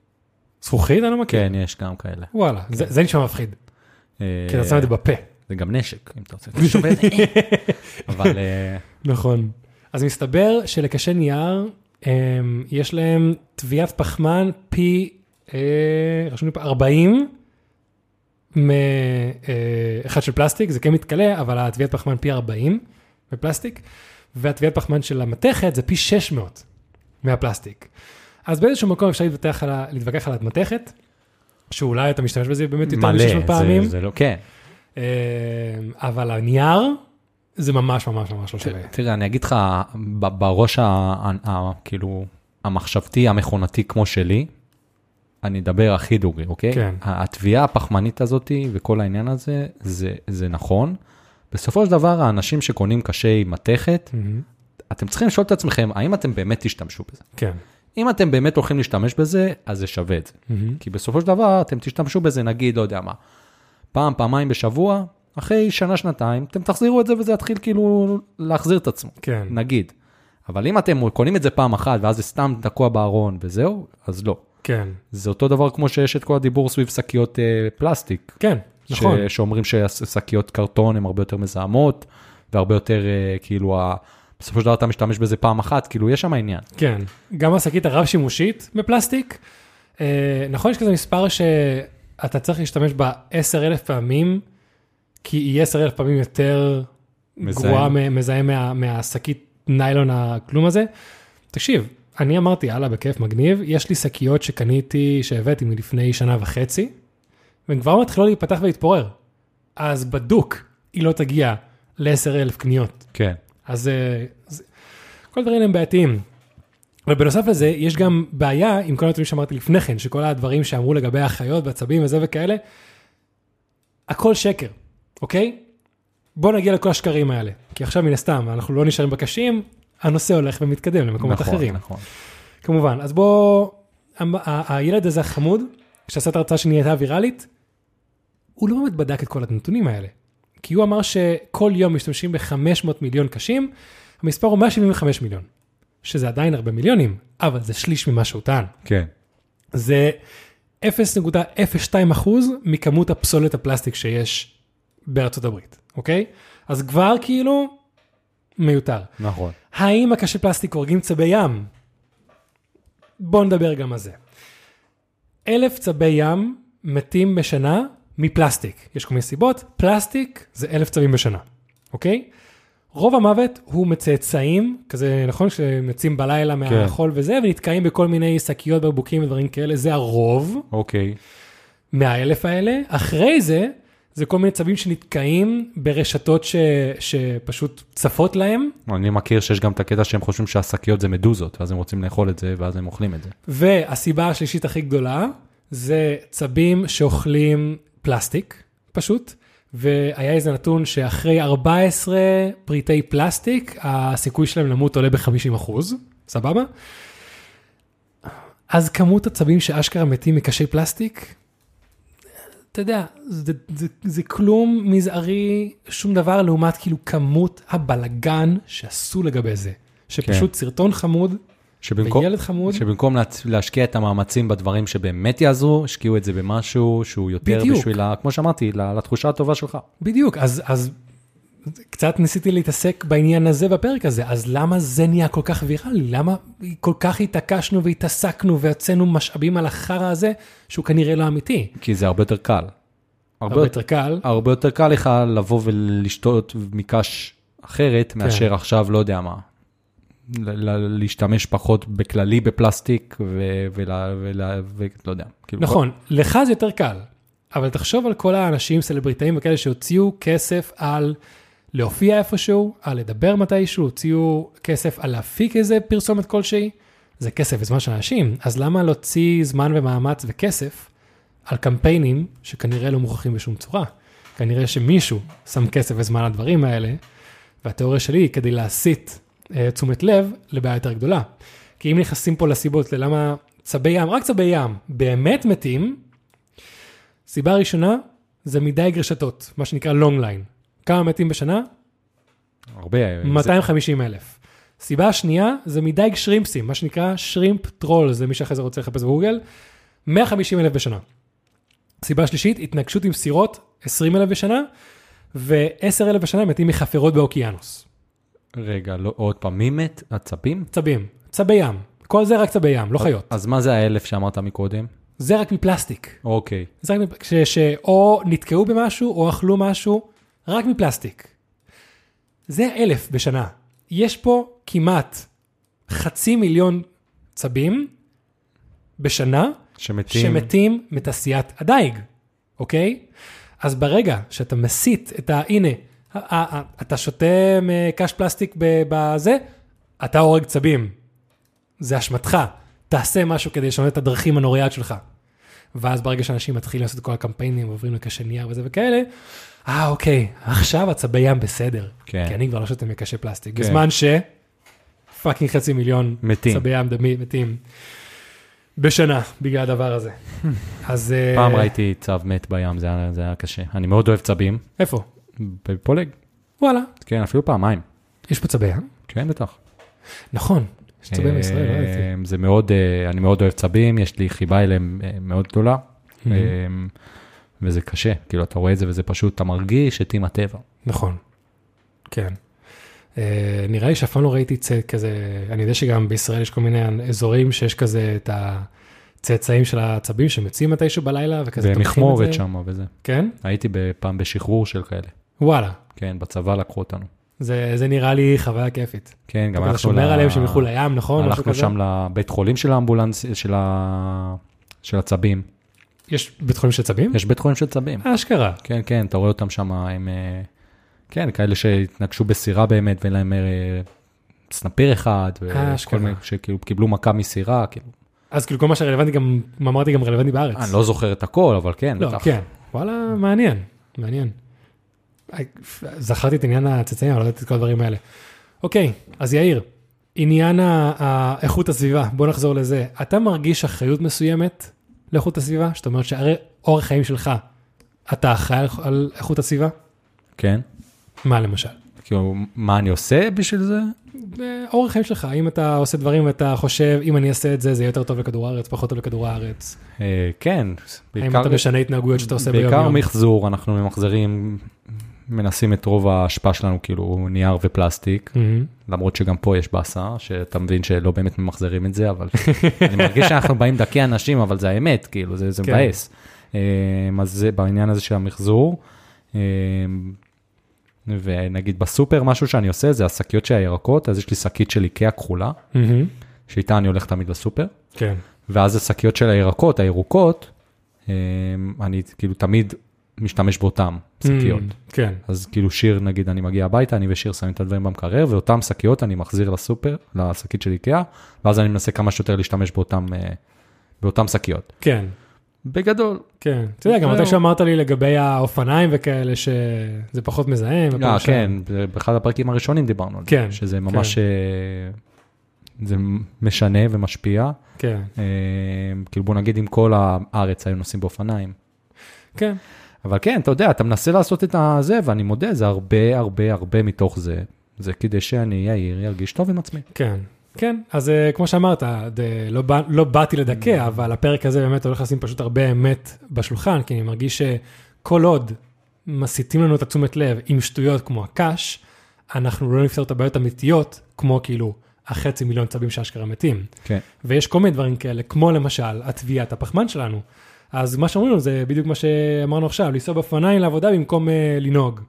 Speaker 1: זכוכית, אני לא מכיר.
Speaker 2: כן, יש גם כאלה.
Speaker 1: וואלה, זה זה נשמע מפחיד,
Speaker 2: אה,
Speaker 1: כי אתה שם את זה בפה.
Speaker 2: זה גם נשק, אם אתה רוצה. אתה שובר. אבל אה,
Speaker 1: נכון. אז מסתבר שלקשי נייר, אה, יש להם טביעת פחמן פי, אה, רשום לי פה 40, מאחד של פלסטיק, זה כן מתכלה, אבל הטביעת פחמן פי 40 בפלסטיק, והטביעת פחמן של המתכת זה פי 600 מהפלסטיק. אז באיזשהו מקום אפשר להתווכח על, ה- להתווכח על המתכת, שאולי אתה משתמש בזה באמת יותר
Speaker 2: מלא,
Speaker 1: מ-600 פעמים,
Speaker 2: זה- זה לא, כן.
Speaker 1: אה, אבל הנייר, זה ממש ממש ממש לא שווה.
Speaker 2: תראה, אני אגיד לך, ב- בראש, ה- ה- ה- כאילו, המחשבתי, המכונתי כמו שלי, אני אדבר הכי דוגרי, אוקיי?
Speaker 1: כן.
Speaker 2: ה- התביעה הפחמנית הזאת וכל העניין הזה, זה, זה נכון. בסופו של דבר, האנשים שקונים קשי מתכת,
Speaker 1: מהמם.
Speaker 2: אתם צריכים לשאול את עצמכם, האם אתם באמת תשתמשו בזה?
Speaker 1: כן.
Speaker 2: אם אתם באמת הולכים להשתמש בזה, אז זה שווה את זה.
Speaker 1: מהמם.
Speaker 2: כי בסופו של דבר, אתם תשתמשו בזה, נגיד, לא יודע מה, פעם, פעמיים בשבוע, אחרי שנה, שנתיים, אתם תחזירו את זה וזה יתחיל כאילו להחזיר את עצמו.
Speaker 1: כן.
Speaker 2: נגיד. אבל אם אתם קונים את זה פעם אחת ואז זה סתם תקוע בארון וזהו, אז לא.
Speaker 1: כן.
Speaker 2: זה אותו דבר כמו שיש את כל הדיבור סביב שקיות אה, פלסטיק.
Speaker 1: כן, נכון.
Speaker 2: ש... שאומרים ששקיות קרטון הן הרבה יותר מזהמות, והרבה יותר אה, כאילו, ה... בסופו של דבר אתה משתמש בזה פעם אחת, כאילו יש שם עניין.
Speaker 1: כן. גם השקית הרב-שימושית בפלסטיק, אה, נכון יש כזה מספר שאתה צריך להשתמש בה 10,000 פעמים, כי היא 10,000 פעמים יותר
Speaker 2: מזהם.
Speaker 1: גרועה, מ- מזהם מה- מהשקית ניילון הכלום הזה. תקשיב, אני אמרתי, יאללה, בכיף, מגניב, יש לי שקיות שקניתי, שהבאתי מלפני שנה וחצי, והן כבר מתחילות להיפתח ולהתפורר. אז בדוק, היא לא תגיע ל-10,000 קניות.
Speaker 2: כן.
Speaker 1: אז אה, זה, כל הדברים האלה הם בעייתיים. אבל בנוסף לזה, יש גם בעיה עם כל הנתונים שאמרתי לפני כן, שכל הדברים שאמרו לגבי החיות ועצבים וזה וכאלה, הכל שקר, אוקיי? בוא נגיע לכל השקרים האלה, כי עכשיו מן הסתם, אנחנו לא נשארים בקשים, הנושא הולך ומתקדם למקומות
Speaker 2: נכון,
Speaker 1: אחרים.
Speaker 2: נכון.
Speaker 1: כמובן, אז בוא, המ- ה- הילד הזה החמוד, שעשה את ההרצאה שנהייתה ויראלית, הוא לא באמת בדק את כל הנתונים האלה. כי הוא אמר שכל יום משתמשים ב-500 מיליון קשים, המספר הוא 175 מיליון, שזה עדיין הרבה מיליונים, אבל זה שליש ממה שהוא טען.
Speaker 2: כן.
Speaker 1: זה 0.02 אחוז מכמות הפסולת הפלסטיק שיש בארצות הברית, אוקיי? אז כבר כאילו מיותר.
Speaker 2: נכון.
Speaker 1: האם הקשי פלסטיק הורגים צבי ים? בואו נדבר גם על זה. אלף צבי ים מתים בשנה מפלסטיק. יש כל מיני סיבות, פלסטיק זה אלף צבים בשנה, אוקיי? רוב המוות הוא מצאצאים, כזה נכון שמצים בלילה מהחול וזה, ונתקעים בכל מיני שקיות, ברבוקים ודברים כאלה, זה הרוב.
Speaker 2: אוקיי.
Speaker 1: מהאלף האלה. אחרי זה, זה כל מיני צבים שנתקעים ברשתות ש... שפשוט צפות להם,
Speaker 2: אני מכיר שיש גם את הקטע שהם חושבים שהשקיות זה מדוזות, ואז הם רוצים לאכול את זה, ואז הם אוכלים את זה.
Speaker 1: והסיבה השלישית הכי גדולה זה צבים שאוכלים פלסטיק, פשוט. והיה איזה נתון שאחרי 14 פריטי פלסטיק, הסיכוי שלהם למות עולה ב-50 אחוז, סבבה? אז כמות הצבים שאשכרה מתים מקשי פלסטיק, אתה יודע, זה, זה, זה כלום מזערי, שום דבר, לעומת כאילו כמות הבלגן שעשו לגבי זה. שפשוט כן. סרטון חמוד,
Speaker 2: שבמקום,
Speaker 1: וילד חמוד.
Speaker 2: שבמקום להצ- להשקיע את המאמצים בדברים שבאמת יעזרו, השקיעו את זה במשהו שהוא יותר
Speaker 1: בדיוק.
Speaker 2: בשביל, ה- כמו שאמרתי, ל- לתחושה הטובה שלך.
Speaker 1: בדיוק, אז, אז קצת ניסיתי להתעסק בעניין הזה בפרק הזה, אז למה זה נהיה כל כך ויראלי? למה כל כך התעקשנו והתעסקנו והוצאנו משאבים על החרא הזה, שהוא כנראה לא אמיתי?
Speaker 2: כי זה הרבה יותר קל. הרבה,
Speaker 1: הרבה
Speaker 2: הרבה, יותר...
Speaker 1: יותר קל.
Speaker 2: הרבה יותר קל לך לבוא ולשתות מקש
Speaker 1: כן.
Speaker 2: אחרת, מאשר עכשיו, לא יודע מה. ל- ל- להשתמש פחות בכללי בפלסטיק, ו- ולה- ולה- ולא יודע. כאילו,
Speaker 1: נכון, לך זה יותר קל, אבל תחשוב על כל האנשים, סלבריטאים וכאלה שהוציאו כסף על להופיע איפשהו, על לדבר מתישהו, הוציאו כסף על להפיק איזה פרסומת כלשהי. זה כסף וזמן של אנשים, אז למה להוציא זמן ומאמץ וכסף על קמפיינים שכנראה לא מוכרחים בשום צורה? כנראה שמישהו שם כסף וזמן לדברים האלה, והתיאוריה שלי היא כדי להסיט אה, תשומת לב לבעיה יותר גדולה. כי אם נכנסים פה לסיבות ללמה צבי ים, רק צבי ים, באמת מתים, סיבה ראשונה זה מדייג רשתות, מה שנקרא long line. כמה מתים בשנה?
Speaker 2: הרבה... זה-
Speaker 1: 250 אלף. סיבה שנייה זה מדייג שרימפסים, מה שנקרא שרימפ טרול, זה מי שאחרי זה רוצה לחפש בגוגל, 150 אלף בשנה. סיבה שלישית, התנגשות עם סירות, 20 אלף בשנה, ו-10 אלף בשנה מתים מחפירות באוקיינוס.
Speaker 2: רגע, לא, עוד פעם, מי מת? עצבים?
Speaker 1: צבים, צבי ים, כל זה רק צבי ים, לא חיות.
Speaker 2: אז מה זה האלף שאמרת מקודם?
Speaker 1: זה רק מפלסטיק.
Speaker 2: אוקיי,
Speaker 1: זה רק מפ- כש- שאו נתקעו במשהו או אכלו משהו, רק מפלסטיק. זה אלף בשנה. יש פה כמעט חצי מיליון צבים בשנה
Speaker 2: שמתים.
Speaker 1: שמתים מתעשיית הדייג, אוקיי? אז ברגע שאתה מסיט את ה... הנה, ה- ה- ה- אתה שותה מקש פלסטיק ב- בזה, אתה הורג צבים. זה אשמתך. תעשה משהו כדי לשנות את הדרכים הנוראיות שלך. ואז ברגע שאנשים מתחילים לעשות את כל הקמפיינים, עוברים לקשה נייר וזה וכאלה, אה, אוקיי, עכשיו הצבי ים בסדר.
Speaker 2: כן.
Speaker 1: כי אני כבר לא שותה מקשה פלסטיק.
Speaker 2: כן.
Speaker 1: בזמן ש... פאקינג חצי מיליון
Speaker 2: מתים.
Speaker 1: צבי ים דמי, מתים. בשנה, בגלל הדבר הזה. אז... אה,
Speaker 2: פעם ראיתי צב מת בים, זה היה, זה היה קשה. אני מאוד אוהב צבים,
Speaker 1: איפה?
Speaker 2: בפולג.
Speaker 1: וואלה,
Speaker 2: כן, אפילו פעמיים.
Speaker 1: יש פה צבי ים?
Speaker 2: כן, בטח.
Speaker 1: נכון, יש צבי
Speaker 2: אה,
Speaker 1: בישראל, לא ראיתי.
Speaker 2: זה מאוד, אה, אני מאוד אוהב צבים, יש לי חיבה אליהם אה, מאוד גדולה, אה, וזה קשה, כאילו, אתה רואה את זה וזה פשוט, אתה מרגיש את עם הטבע.
Speaker 1: נכון, כן. אה, נראה לי שאף פעם לא ראיתי צא כזה, אני יודע שגם בישראל יש כל מיני אזורים שיש כזה את הצאצאים של הצבים שמציעים מתישהו בלילה וכזה
Speaker 2: זה
Speaker 1: תוקחים את
Speaker 2: מכמורת
Speaker 1: זה.
Speaker 2: שם וזה.
Speaker 1: כן?
Speaker 2: הייתי פעם בשחרור של כאלה.
Speaker 1: וואלה,
Speaker 2: כן, בצבא לקחו אותנו.
Speaker 1: זה זה נראה לי חוויה כיפית.
Speaker 2: כן, גם
Speaker 1: אתה
Speaker 2: הלכנו
Speaker 1: שומר
Speaker 2: ל-
Speaker 1: עליהם שהם ילכו לים, נכון? משהו
Speaker 2: הלכנו
Speaker 1: כזה?
Speaker 2: שם לבית חולים של האמבולנס, של, ה... של הצבים.
Speaker 1: יש בית חולים של צבים?
Speaker 2: יש בית חולים של צבים.
Speaker 1: אשכרה.
Speaker 2: כן, כן, אתה רואה אותם שם, הם... אה, כן, כאלה שהתנגשו בסירה באמת, ואין להם אה, סנפיר אחד. וכל
Speaker 1: אה, אשכרה.
Speaker 2: מיני שכאילו קיבלו מכה מסירה, כאילו. אה,
Speaker 1: אז כאילו כל מה שרלוונטי גם, מה אמרתי גם
Speaker 2: לא,
Speaker 1: רלוונטי בארץ.
Speaker 2: אני לא זוכר את הכל, אבל כן,
Speaker 1: לא,
Speaker 2: בטח.
Speaker 1: כן. וואלה, מעניין, מעניין. זכרתי את עניין הצאצאים, אבל לא יודעת את כל הדברים האלה. אוקיי, אז יאיר, עניין ה- ה- איכות הסביבה, בוא נחזור לזה. אתה מרגיש אחריות מסוימת לאיכות הסביבה? זאת אומרת שהרי אורח חיים שלך, אתה אחראי על- על איכות הסביבה?
Speaker 2: כן?
Speaker 1: מה למשל?
Speaker 2: כאילו, מה אני עושה בשביל זה?
Speaker 1: אה, אורח חיים שלך, אם אתה עושה דברים ואתה חושב, אם אני אעשה את זה, זה יהיה יותר טוב לכדור הארץ, פחות טוב לכדור הארץ.
Speaker 2: אה, כן,
Speaker 1: האם אתה משנה התנהגויות שאתה עושה ביום
Speaker 2: בעיקר
Speaker 1: יום?
Speaker 2: מחזור, אנחנו ממחזרים, מנסים את רוב האשפה שלנו, כאילו נייר ופלסטיק, למרות שגם פה יש באסה, שאתה מבין שלא באמת ממחזרים את זה, אבל אני מרגיש שאנחנו באים דכי אנשים, אבל זה האמת, כאילו, זה, זה
Speaker 1: כן.
Speaker 2: מבאס. אה, אז זה בעניין הזה של המחזור. אה, ונגיד בסופר, משהו שאני עושה זה השקיות של הירקות, אז יש לי שקית של איקאה כחולה, שאיתה אני הולך תמיד לסופר.
Speaker 1: כן.
Speaker 2: ואז השקיות של הירקות, הירוקות, אה, אני כאילו תמיד משתמש באותן שקיות.
Speaker 1: כן.
Speaker 2: אז כאילו שיר, נגיד, אני מגיע הביתה, אני ושיר שמים את הדברים במקרר, ואותן שקיות אני מחזיר לסופר, לשקית של איקאה, ואז אני מנסה כמה שיותר להשתמש באותן, אה, באותן שקיות. אה,
Speaker 1: כן.
Speaker 2: בגדול.
Speaker 1: כן. אתה יודע, גם
Speaker 2: זהו.
Speaker 1: אתה שאמרת לי לגבי האופניים וכאלה, שזה פחות מזהם.
Speaker 2: אה,
Speaker 1: ופה ושם.
Speaker 2: כן, זה באחד הפרקים הראשונים דיברנו על זה,
Speaker 1: כן,
Speaker 2: שזה ממש, אה, זה משנה ומשפיע.
Speaker 1: כן.
Speaker 2: אה, כאילו, בוא נגיד, אם כל הארץ היו נוסעים באופניים,
Speaker 1: כן.
Speaker 2: אבל כן, אתה יודע, אתה מנסה לעשות את הזה, ואני מודה, זה הרבה הרבה הרבה מתוך זה. זה כדי שאני, יאיר, ירגיש טוב עם עצמי.
Speaker 1: כן. כן, אז אה, כמו שאמרת, ד- לא בא- לא באתי
Speaker 2: Mm.
Speaker 1: לדכא, אבל הפרק הזה באמת הולך לשים פשוט הרבה אמת בשולחן, כי אני מרגיש שכל עוד מסיטים לנו את התשומת לב עם שטויות כמו הקש, אנחנו לא נפתור את הבעיות האמיתיות, כמו כאילו החצי מיליון צבים שאשכרה מתים.
Speaker 2: כן.
Speaker 1: ויש כל מיני דברים כאלה, כמו למשל הטביעת הפחמן שלנו. אז מה שאומרים לנו זה בדיוק מה שאמרנו עכשיו, לנסוע באופניים לעבודה במקום אה, לנהוג.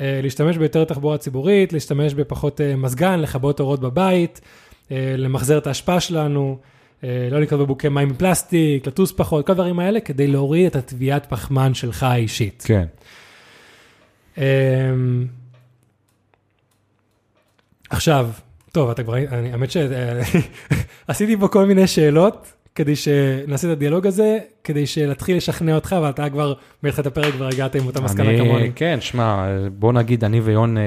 Speaker 1: אה, להשתמש ביותר תחבורה ציבורית, להשתמש בפחות אה, מזגן, לכבות אורות בבית, אה, למחזר את האשפה שלנו, אה, לא לקנות בבוקי מים מפלסטיק, לטוס פחות, כל הדברים האלה כדי להוריד את הטביעת פחמן שלך האישית.
Speaker 2: כן.
Speaker 1: אמ, עכשיו, טוב, אתה כבר, אני, האמת שעשיתי פה כל מיני שאלות, כדי שנעשה את הדיאלוג הזה, כדי שנתחיל לשכנע אותך, ואתה כבר, מתחילת הפרק כבר הגעת עם אותה מסקנה כמוני.
Speaker 2: כן, שמע, בוא נגיד, אני ויון אה,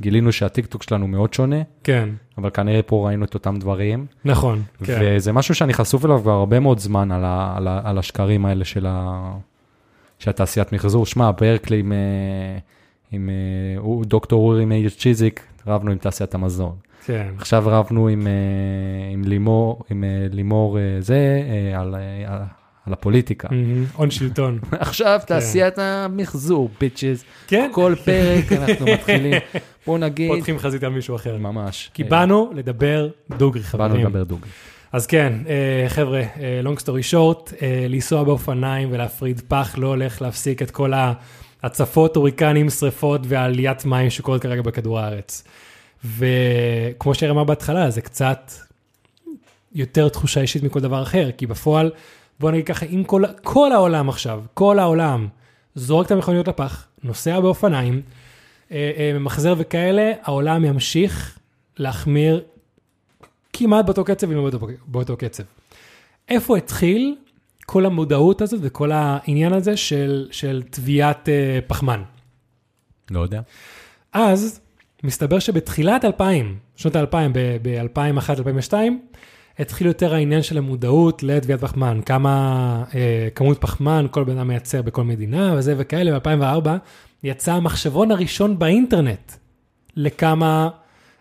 Speaker 2: גילינו שהטיקטוק שלנו מאוד שונה,
Speaker 1: כן,
Speaker 2: אבל כנראה פה ראינו את אותם דברים.
Speaker 1: נכון, כן,
Speaker 2: וזה משהו שאני חשוף אליו כבר הרבה מאוד זמן, על, ה, על, ה, על השקרים האלה של, ה, של התעשיית מחזור. שמע, ברקלי עם, אה, עם אה, הוא- דוקטור אורי מאיר צ'יזיק, רבנו עם תעשיית המזון.
Speaker 1: כן,
Speaker 2: עכשיו רבנו עם, אה, עם לימור, עם אה, לימור אה, זה, אה, על, אה, על- על הפוליטיקה.
Speaker 1: מהמם, הון שלטון.
Speaker 2: עכשיו תעשיית המחזור, ביצ'ז.
Speaker 1: כן,
Speaker 2: כל פרק אנחנו מתחילים, בוא נגיד,
Speaker 1: פותחים חזית על מישהו אחר.
Speaker 2: ממש.
Speaker 1: כי
Speaker 2: אה,
Speaker 1: באנו לדבר דוגרי,
Speaker 2: באנו
Speaker 1: חברים.
Speaker 2: לדבר דוגרי.
Speaker 1: אז כן, אה, חבר'ה, אה, long story short, אה, לנסוע באופניים ולהפריד פח לא הולך להפסיק את כל ההצפות, הוריקנים, שריפות ועליית מים שקורות כרגע בכדור הארץ. וכמו שאיר אמר בהתחלה, זה קצת יותר תחושה אישית מכל דבר אחר, כי בפועל, בוא נגיד ככה, אם כל, כל העולם עכשיו, כל העולם, זורק את המכוניות לפח, נוסע באופניים, אה, אה, ממחזר וכאלה, העולם ימשיך להחמיר כמעט באותו קצב, אם לא באותו, באותו קצב. איפה התחיל כל המודעות הזאת וכל העניין הזה של, של טביעת אה, פחמן?
Speaker 2: לא יודע.
Speaker 1: אז מסתבר שבתחילת 2000, שנות ה-2000, ב-2001-2002, התחיל יותר העניין של המודעות לטביעת פחמן, כמה אה, כמות פחמן כל בן אדם מייצר בכל מדינה וזה וכאלה, ב-2004 יצא המחשבון הראשון באינטרנט לכמה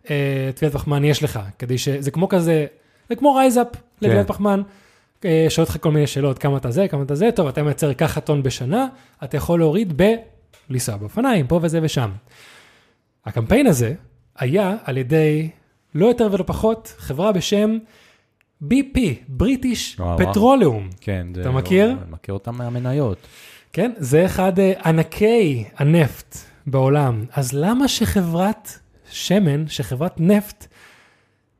Speaker 1: אה, טביעת פחמן יש לך, כדי ש... זה כמו כזה, זה כמו רייזאפ לטביעת
Speaker 2: כן.
Speaker 1: פחמן. אה, שואל אותך כל מיני שאלות, כמה אתה זה, כמה אתה זה, טוב, אתה מייצר ככה טון בשנה, אתה יכול להוריד ב... לנסוע באופניים, פה וזה ושם. הקמפיין הזה היה על ידי, לא יותר ולא פחות, חברה בשם BP, British
Speaker 2: וואו, וואו.
Speaker 1: Petroleum.
Speaker 2: כן. זה
Speaker 1: אתה
Speaker 2: לא-
Speaker 1: מכיר?
Speaker 2: אני מכיר אותם מהמניות.
Speaker 1: כן, זה אחד אה, ענקי הנפט בעולם. אז למה שחברת שמן, שחברת נפט,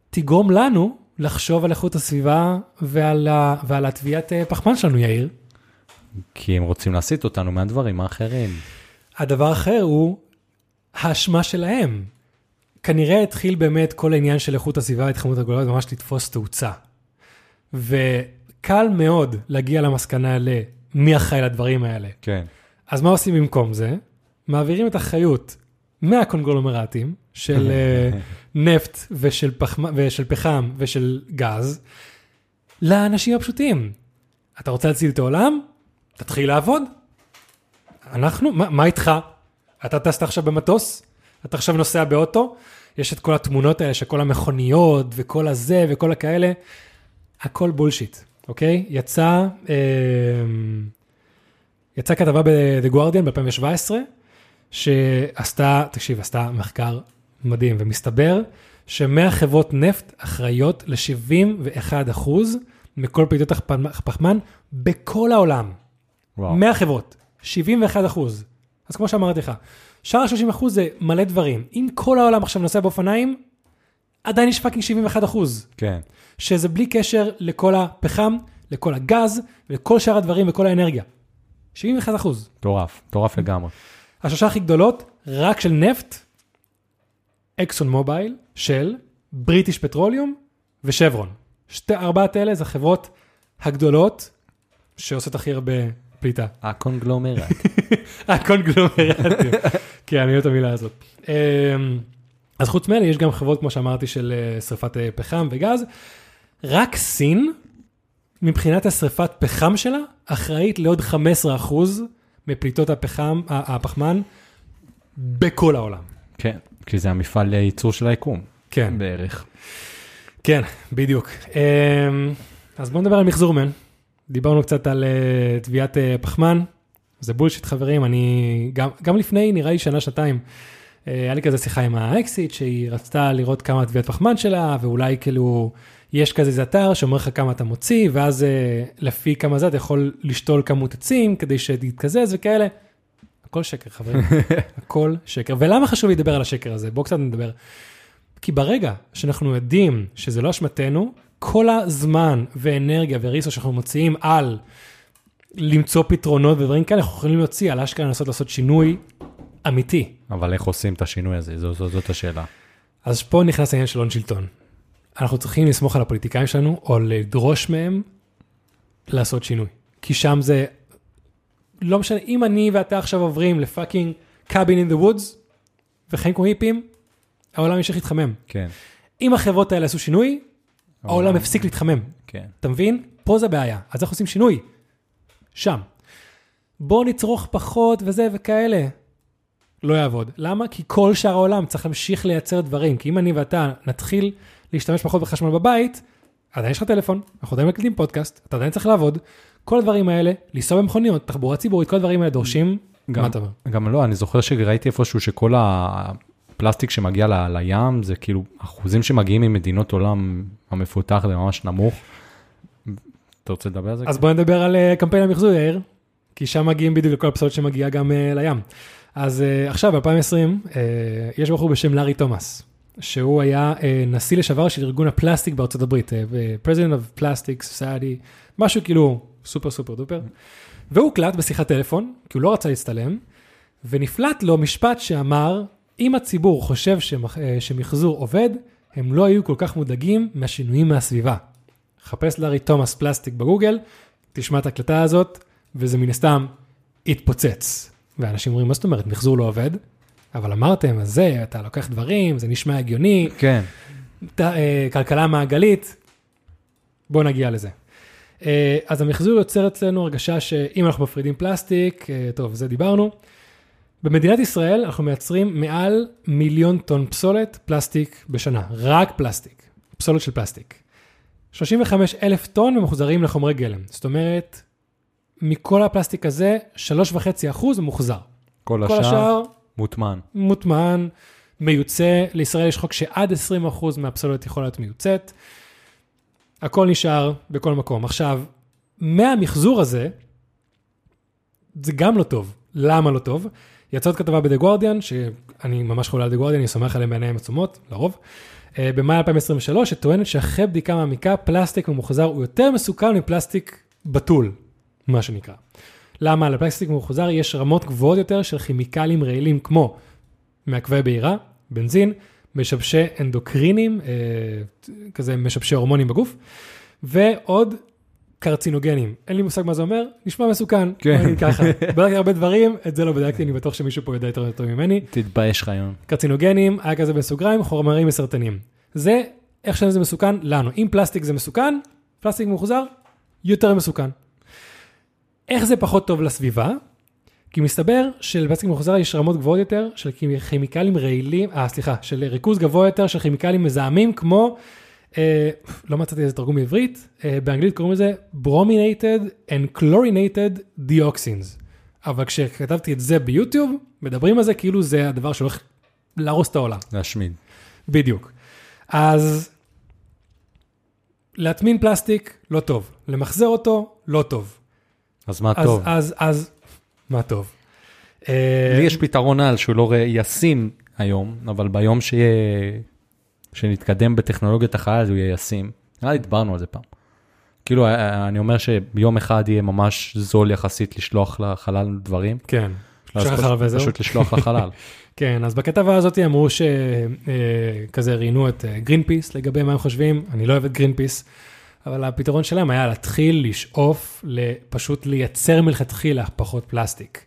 Speaker 1: תגרום לנו לחשוב על איכות הסביבה ועל, ה- ועל הטביעת אה, פחמן שלנו, יאיר?
Speaker 2: כי הם רוצים להסיט אותנו מהדברים האחרים.
Speaker 1: הדבר האחר הוא האשמה שלהם. כנראה התחיל באמת כל העניין של איכות הסביבה והתחממות הגולות ממש לתפוס תאוצה. וקל מאוד להגיע למסקנה למי אחראי לדברים האלה.
Speaker 2: כן.
Speaker 1: אז מה עושים במקום זה? מעבירים את החיות מהקונגלומרטים של אה, נפט ושל, פחמ... ושל פחם ושל גז לאנשים הפשוטים. אתה רוצה להציל את העולם? תתחיל לעבוד. אנחנו? מה, מה איתך? אתה טסת עכשיו במטוס? אתה עכשיו נוסע באוטו? יש את כל התמונות האלה של כל המכוניות וכל הזה וכל הכאלה. הכל בולשיט, אוקיי? יצא, אה, יצא כתבה ב-The Guardian ב-2017, שעשתה, תקשיב, עשתה מחקר מדהים, ומסתבר ש-100 חברות נפט אחראיות ל-71% מכל פליטות הפחמ- הפחמן בכל העולם.
Speaker 2: וואו.
Speaker 1: 100 חברות, 71 אחוז. אז כמו שאמרתי לך, שאר ה-30 אחוז זה מלא דברים. אם כל העולם עכשיו נוסע באופניים, עדיין יש פאקינג 71 אחוז,
Speaker 2: כן.
Speaker 1: שזה בלי קשר לכל הפחם, לכל הגז, ולכל שאר הדברים וכל האנרגיה. 71 אחוז.
Speaker 2: מטורף, מטורף לגמרי.
Speaker 1: השלושה הכי גדולות, רק של נפט, אקסון מובייל, של, בריטיש פטרוליום ושברון. שתי, ארבעת אלה זה החברות הגדולות שעושות הכי הרבה פליטה.
Speaker 2: הקונגלומרט.
Speaker 1: הקונגלומרטים. כן, אני אוהב את המילה הזאת. אמ, אז חוץ מאלה, יש גם חברות, כמו שאמרתי, של אה, שרפת אה, פחם וגז. רק סין, מבחינת השרפת פחם שלה, אחראית לעוד 15% מפליטות הפחם, ה- הפחמן בכל העולם.
Speaker 2: כן, כי זה המפעל לייצור של היקום.
Speaker 1: כן,
Speaker 2: בערך.
Speaker 1: כן, בדיוק. אמ, אז בואו נדבר על מחזור מן. דיברנו קצת על אה, טביעת אה, פחמן. זה בולשיט חברים, אני גם, גם לפני נראה לי שנה שנתיים, אה, היה לי כזה שיחה עם האקסיט שהיא רצתה לראות כמה טביעת פחמן שלה ואולי כאילו יש כזה איזה אתר שאומר לך כמה אתה מוציא ואז אה, לפי כמה זה אתה יכול לשתול כמות עצים כדי שתתקזז וכאלה. הכל שקר חברים, הכל שקר. ולמה חשוב לי לדבר על השקר הזה? בואו קצת נדבר. כי ברגע שאנחנו יודעים שזה לא אשמתנו, כל הזמן ואנרגיה וריסו שאנחנו מוציאים על למצוא פתרונות ודברים כאלה, אנחנו יכולים להוציא על אשכרה לנסות לעשות שינוי אמיתי.
Speaker 2: אבל איך עושים את השינוי הזה? זו- זו- זאת השאלה.
Speaker 1: אז פה נכנס העניין של הון שלטון. אנחנו צריכים לסמוך על הפוליטיקאים שלנו, או לדרוש מהם לעשות שינוי. כי שם זה, לא משנה, אם אני ואתה עכשיו עוברים לפאקינג קאבין אין דה וודס, וחיים כמו היפים, העולם ימשיך להתחמם.
Speaker 2: כן.
Speaker 1: אם החברות האלה עשו שינוי, העולם
Speaker 2: אה.
Speaker 1: הפסיק להתחמם.
Speaker 2: כן.
Speaker 1: אתה מבין? פה זה הבעיה. אז איך עושים שינוי? שם. בואו נצרוך פחות וזה וכאלה. לא יעבוד. למה? כי כל שאר העולם צריך להמשיך לייצר דברים. כי אם אני ואתה נתחיל להשתמש פחות בחשמל בבית, עדיין יש לך טלפון, אנחנו עדיין מקליטים פודקאסט, אתה עדיין צריך לעבוד. כל הדברים האלה, לנסוע במכוניות, תחבורה ציבורית, כל הדברים האלה דורשים...
Speaker 2: גם-
Speaker 1: מה אתה אומר?
Speaker 2: גם לא, אני זוכר שראיתי איפשהו שכל הפלסטיק שמגיע ל- לים, זה כאילו, אחוזים שמגיעים ממדינות עולם המפותח זה ממש נמוך. אתה רוצה לדבר על זה?
Speaker 1: אז בוא נדבר על אה, קמפיין המחזור, יאיר, כי שם מגיעים בדיוק לכל הפסולת שמגיעה גם אה, לים. אז אה, עכשיו, ב-2020, יש בחור בשם לארי תומאס, שהוא היה אה, נשיא לשעבר של ארגון הפלסטיק בארצות הברית, אה, ו- President of Plastic Society, משהו כאילו סופר סופר דופר, והוא הוקלט בשיחת טלפון, כי הוא לא רצה להצטלם, ונפלט לו משפט שאמר, אם הציבור חושב שמח, אה, שמחזור עובד, הם לא היו כל כך מודאגים מהשינויים מהסביבה. חפש לארי תומאס פלסטיק בגוגל, תשמע את ההקלטה הזאת, וזה מן הסתם יתפוצץ. ואנשים אומרים, מה זאת אומרת, מחזור לא עובד? אבל אמרתם, אז זה, אתה לוקח דברים, זה נשמע הגיוני,
Speaker 2: כן.
Speaker 1: ת- אה, כלכלה מעגלית, בואו נגיע לזה. אה, אז המחזור יוצר אצלנו הרגשה שאם אנחנו מפרידים פלסטיק, אה, טוב, זה דיברנו. במדינת ישראל אנחנו מייצרים מעל מיליון טון פסולת פלסטיק בשנה, רק פלסטיק, פסולת של פלסטיק. 35 אלף טון ממוחזרים לחומרי גלם, זאת אומרת, מכל הפלסטיק הזה, 3.5 אחוז מוחזר.
Speaker 2: כל
Speaker 1: כל
Speaker 2: השאר
Speaker 1: השאר
Speaker 2: מוטמן.
Speaker 1: מוטמן, מיוצא, לישראל יש חוק שעד 20% מהפסולת יכולה להיות מיוצאת. הכל נשאר בכל מקום. עכשיו, מהמחזור הזה, זה גם לא טוב. למה לא טוב? יצאה עוד כתבה ב"דה גוארדיאן", שאני ממש חולה על "דה גוארדיאן", אני סומך עליהם בעיניים עצומות, לרוב, אה, במאי 2023, שטוענת שאחרי בדיקה מעמיקה, פלסטיק ממוחזר הוא יותר מסוכן מפלסטיק בתול, מה שנקרא. למה? לפלסטיק ממוחזר יש רמות גבוהות יותר של כימיקלים רעילים כמו מעכבי בעירה, בנזין, משבשי אנדוקרינים, אה, כזה משבשי הורמונים בגוף, ועוד קרצינוגנים. אין לי מושג מה זה אומר, נשמע מסוכן.
Speaker 2: כן.
Speaker 1: בוא נגיד ככה. בדקתי הרבה דברים, את זה לא בדקתי, אני בטוח שמישהו פה יודע יותר טוב ממני.
Speaker 2: תתבייש לך היום.
Speaker 1: קרצינוגנים, היה כזה בסוגריים, חומרים מסרטנים. זה, איך שזה זה מסוכן לנו. אם פלסטיק זה מסוכן, פלסטיק מוחזר, יותר מסוכן. איך זה פחות טוב לסביבה? כי מסתבר שלפלסטיק מוחזר יש רמות גבוהות יותר של כימיקלים רעילים, אה סליחה, של ריכוז גבוה יותר של כימיקלים מזהמים כמו, אה, לא מצאתי איזה תרגום בעברית, אה, באנגלית קוראים לזה Brominated and Chlorinated Dioxins. אבל כשכתבתי את זה ביוטיוב, מדברים על זה כאילו זה הדבר שהולך להרוס את העולם.
Speaker 2: להשמיד.
Speaker 1: בדיוק. אז להטמין פלסטיק, לא טוב. למחזר אותו, לא טוב.
Speaker 2: אז מה
Speaker 1: אז, אה,
Speaker 2: טוב?
Speaker 1: אז, אז, מה טוב. אה,
Speaker 2: לי יש פתרון על שהוא לא ר- ישים היום, אבל ביום שיהיה- שנתקדם בטכנולוגיית החלל הוא יהיה ישים. נראה לי דיברנו על זה פעם. כאילו, ה- ה- אני אומר שביום אחד יהיה ממש זול יחסית לשלוח לחלל דברים.
Speaker 1: כן.
Speaker 2: ואז
Speaker 1: שלח
Speaker 2: לא, פשוט-
Speaker 1: אחריו וזהו.
Speaker 2: פשוט לשלוח לחלל.
Speaker 1: כן, אז בכתבה הזאת אמרו שכזה ראיינו את גרין פיס לגבי מה הם חושבים, אני לא אוהב את גרין פיס, אבל הפתרון שלהם היה להתחיל לשאוף, ל- פשוט לייצר מלכתחילה פחות פלסטיק.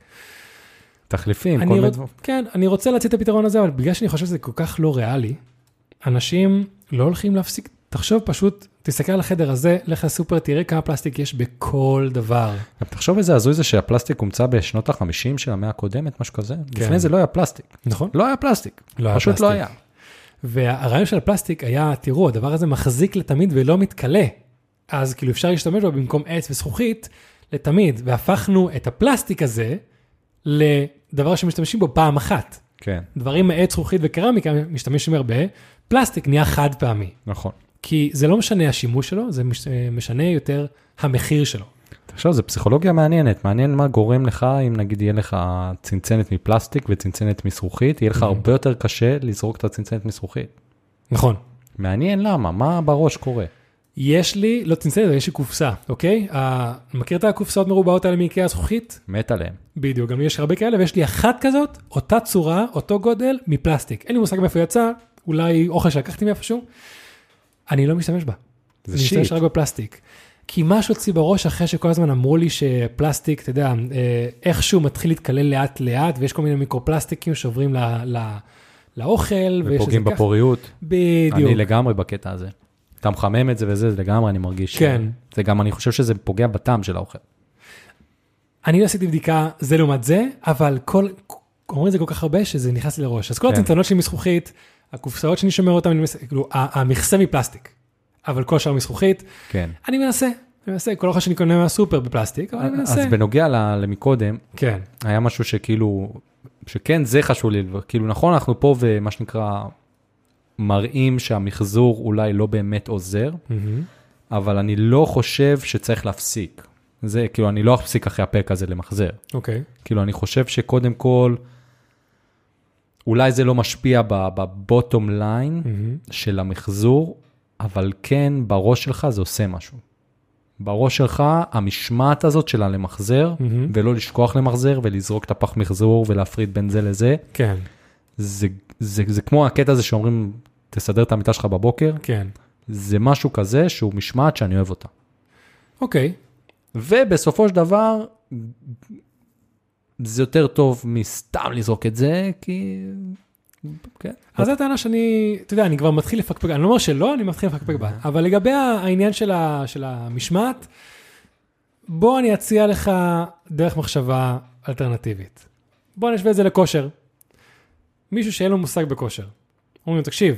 Speaker 2: תחליפים, כל
Speaker 1: אני
Speaker 2: מיני
Speaker 1: רוצ-
Speaker 2: דברים.
Speaker 1: כן, אני רוצה להציע את הפתרון הזה, אבל בגלל שאני חושב שזה כל כך לא ריאלי, אנשים לא הולכים להפסיק, תחשוב פשוט, תסתכל על החדר הזה, לך לסופר, תראה כמה פלסטיק יש בכל דבר.
Speaker 2: גם תחשוב איזה הזוי זה שהפלסטיק הומצא בשנות ה-50 של המאה הקודמת, משהו כזה.
Speaker 1: כן.
Speaker 2: לפני זה לא היה פלסטיק.
Speaker 1: נכון.
Speaker 2: לא היה פלסטיק.
Speaker 1: לא היה
Speaker 2: פשוט לא
Speaker 1: פלסטיק.
Speaker 2: היה.
Speaker 1: והרעיון של הפלסטיק היה, תראו, הדבר הזה מחזיק לתמיד ולא מתכלה. אז כאילו אפשר להשתמש בו במקום עץ וזכוכית לתמיד, והפכנו את הפלסטיק הזה לדבר שמשתמשים בו פעם אחת.
Speaker 2: כן,
Speaker 1: דברים מעץ, זכוכית וקרמיקה משתמשים הרבה, פלסטיק נהיה חד פעמי.
Speaker 2: נכון.
Speaker 1: כי זה לא משנה השימוש שלו, זה מש, אה, משנה יותר המחיר שלו.
Speaker 2: תחשוב, זו פסיכולוגיה מעניינת, מעניין מה גורם לך אם נגיד יהיה לך צנצנת מפלסטיק וצנצנת מזרוחית, יהיה לך הרבה יותר קשה לזרוק את הצנצנת מזרוחית.
Speaker 1: נכון.
Speaker 2: מעניין למה, מה בראש קורה.
Speaker 1: יש לי, לא תמצא את זה, יש לי קופסה, אוקיי? Uh, מכיר את הקופסאות מרובעות האלה מאיקאה זכוכית?
Speaker 2: מת עליהם.
Speaker 1: בדיוק, גם לי יש הרבה כאלה, ויש לי אחת כזאת, אותה צורה, אותו גודל, מפלסטיק. אין לי מושג מאיפה היא יצאה, אולי אוכל שלקחתי מאיפשהו. אני לא משתמש בה.
Speaker 2: זה
Speaker 1: אני משתמש
Speaker 2: שיט.
Speaker 1: רק בפלסטיק. כי משהו אצלי בראש אחרי שכל הזמן אמרו לי שפלסטיק, אתה יודע, אה, איכשהו מתחיל להתקלל לאט לאט, ויש כל מיני מיקרופלסטיקים שעוברים ל, ל, לאוכל, ויש
Speaker 2: ופוגעים
Speaker 1: איזה כך-
Speaker 2: בפוריות. אני
Speaker 1: בדיוק.
Speaker 2: לגמרי בקטע הזה. אתה מחמם את זה וזה, זה לגמרי אני מרגיש.
Speaker 1: כן.
Speaker 2: זה גם, אני חושב שזה פוגע בטעם של האוכל.
Speaker 1: אני לא עשיתי בדיקה זה לעומת זה, אבל כל, אומרים את זה כל כך הרבה שזה נכנס לי לראש. אז כל
Speaker 2: כן.
Speaker 1: הצנצנות שלי מזכוכית, הקופסאות שאני שומר אותן, אני מנסה- כאילו, ה- המכסה מפלסטיק, אבל כל השאר מזכוכית.
Speaker 2: כן.
Speaker 1: אני מנסה, אני מנסה, כל אוכל שאני קונה מהסופר בפלסטיק, אבל אני
Speaker 2: אה, אז
Speaker 1: מנסה.
Speaker 2: בנוגע ל- למקודם,
Speaker 1: כן,
Speaker 2: היה משהו שכאילו, שכן זה חשוב לי, כאילו נכון אנחנו פה ומה שנקרא מראים שהמחזור אולי לא באמת עוזר,
Speaker 1: מהמם.
Speaker 2: אבל אני לא חושב שצריך להפסיק. זה כאילו אני לא אפסיק אחרי הפרק הזה למחזר.
Speaker 1: אוקיי.
Speaker 2: כאילו אני חושב שקודם כל, אולי זה לא משפיע בבוטום ליין
Speaker 1: מהמם.
Speaker 2: של המחזור, אבל כן בראש שלך זה עושה משהו. בראש שלך המשמעת הזאת שלה למחזר,
Speaker 1: מהמם.
Speaker 2: ולא לשכוח למחזר ולזרוק את הפח מחזור ולהפריד בין זה לזה.
Speaker 1: כן,
Speaker 2: זה, זה, זה כמו הקטע הזה שאומרים, תסדר את המיטה שלך בבוקר,
Speaker 1: כן.
Speaker 2: זה משהו כזה שהוא משמעת שאני אוהב אותה.
Speaker 1: אוקיי,
Speaker 2: ובסופו של דבר, זה יותר טוב מסתם לזרוק את זה, כי... כן.
Speaker 1: אז זו הטענה שאני, אתה יודע, אני כבר מתחיל לפקפק, אני לא אומר שלא, אני מתחיל לפקפק בה, אבל לגבי העניין של, ה, של המשמעת, בוא אני אציע לך דרך מחשבה אלטרנטיבית. בוא נשווה את זה לכושר. מישהו שאין לו מושג בכושר. אומרים לו, תקשיב,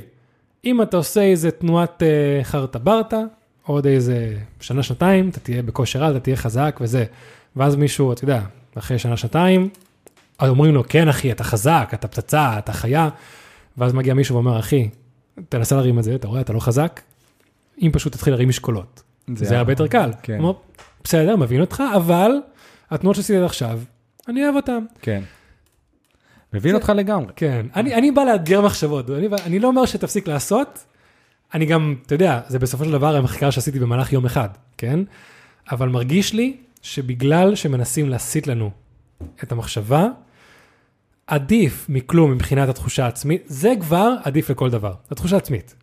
Speaker 1: אם אתה עושה איזה תנועת אה, חרטה ברטה, עוד איזה שנה-שנתיים, אתה תהיה בכושר על, אתה תהיה חזק וזה. ואז מישהו, אתה יודע, אחרי שנה-שנתיים, אז אומרים לו, כן אחי, אתה חזק, אתה פצצה, אתה חיה. ואז מגיע מישהו ואומר, אחי, תנסה להרים את זה, אתה רואה, אתה לא חזק, אם פשוט תתחיל להרים משקולות. זה, הרבה יותר קל.
Speaker 2: כן.
Speaker 1: הוא אומר, בסדר, מבין אותך, אבל התנועות שעשית עד עכשיו, אני אוהב אותן.
Speaker 2: כן. מבין
Speaker 1: זה-
Speaker 2: אותך לגמרי.
Speaker 1: כן, אני, אני בא לאתגר מחשבות, אני, בא- אני לא אומר שתפסיק לעשות, אני גם, אתה יודע, זה בסופו של דבר המחקר שעשיתי במהלך יום אחד, כן? אבל מרגיש לי שבגלל שמנסים להסיט לנו את המחשבה, עדיף מכלום מבחינת התחושה העצמית, זה כבר עדיף לכל דבר, התחושה העצמית.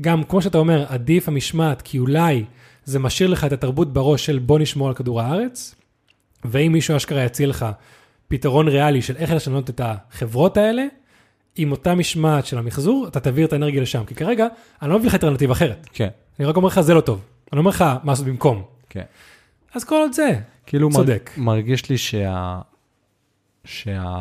Speaker 1: גם כמו שאתה אומר, עדיף המשמעת, כי אולי זה משאיר לך את התרבות בראש של בוא נשמור על כדור הארץ, ואם מישהו אשכרה יציע לך פתרון ריאלי של איך לשנות את החברות האלה, עם אותה משמעת של המחזור, אתה תעביר את האנרגיה לשם. כי כרגע, אני לא מביא לך אלטרנטיבה אחרת.
Speaker 2: כן,
Speaker 1: אני רק אומר לך, זה לא טוב. אני אומר לך מה לעשות במקום.
Speaker 2: כן.
Speaker 1: אז כל עוד זה,
Speaker 2: כאילו מר-
Speaker 1: צודק.
Speaker 2: מרגיש לי שה... שה...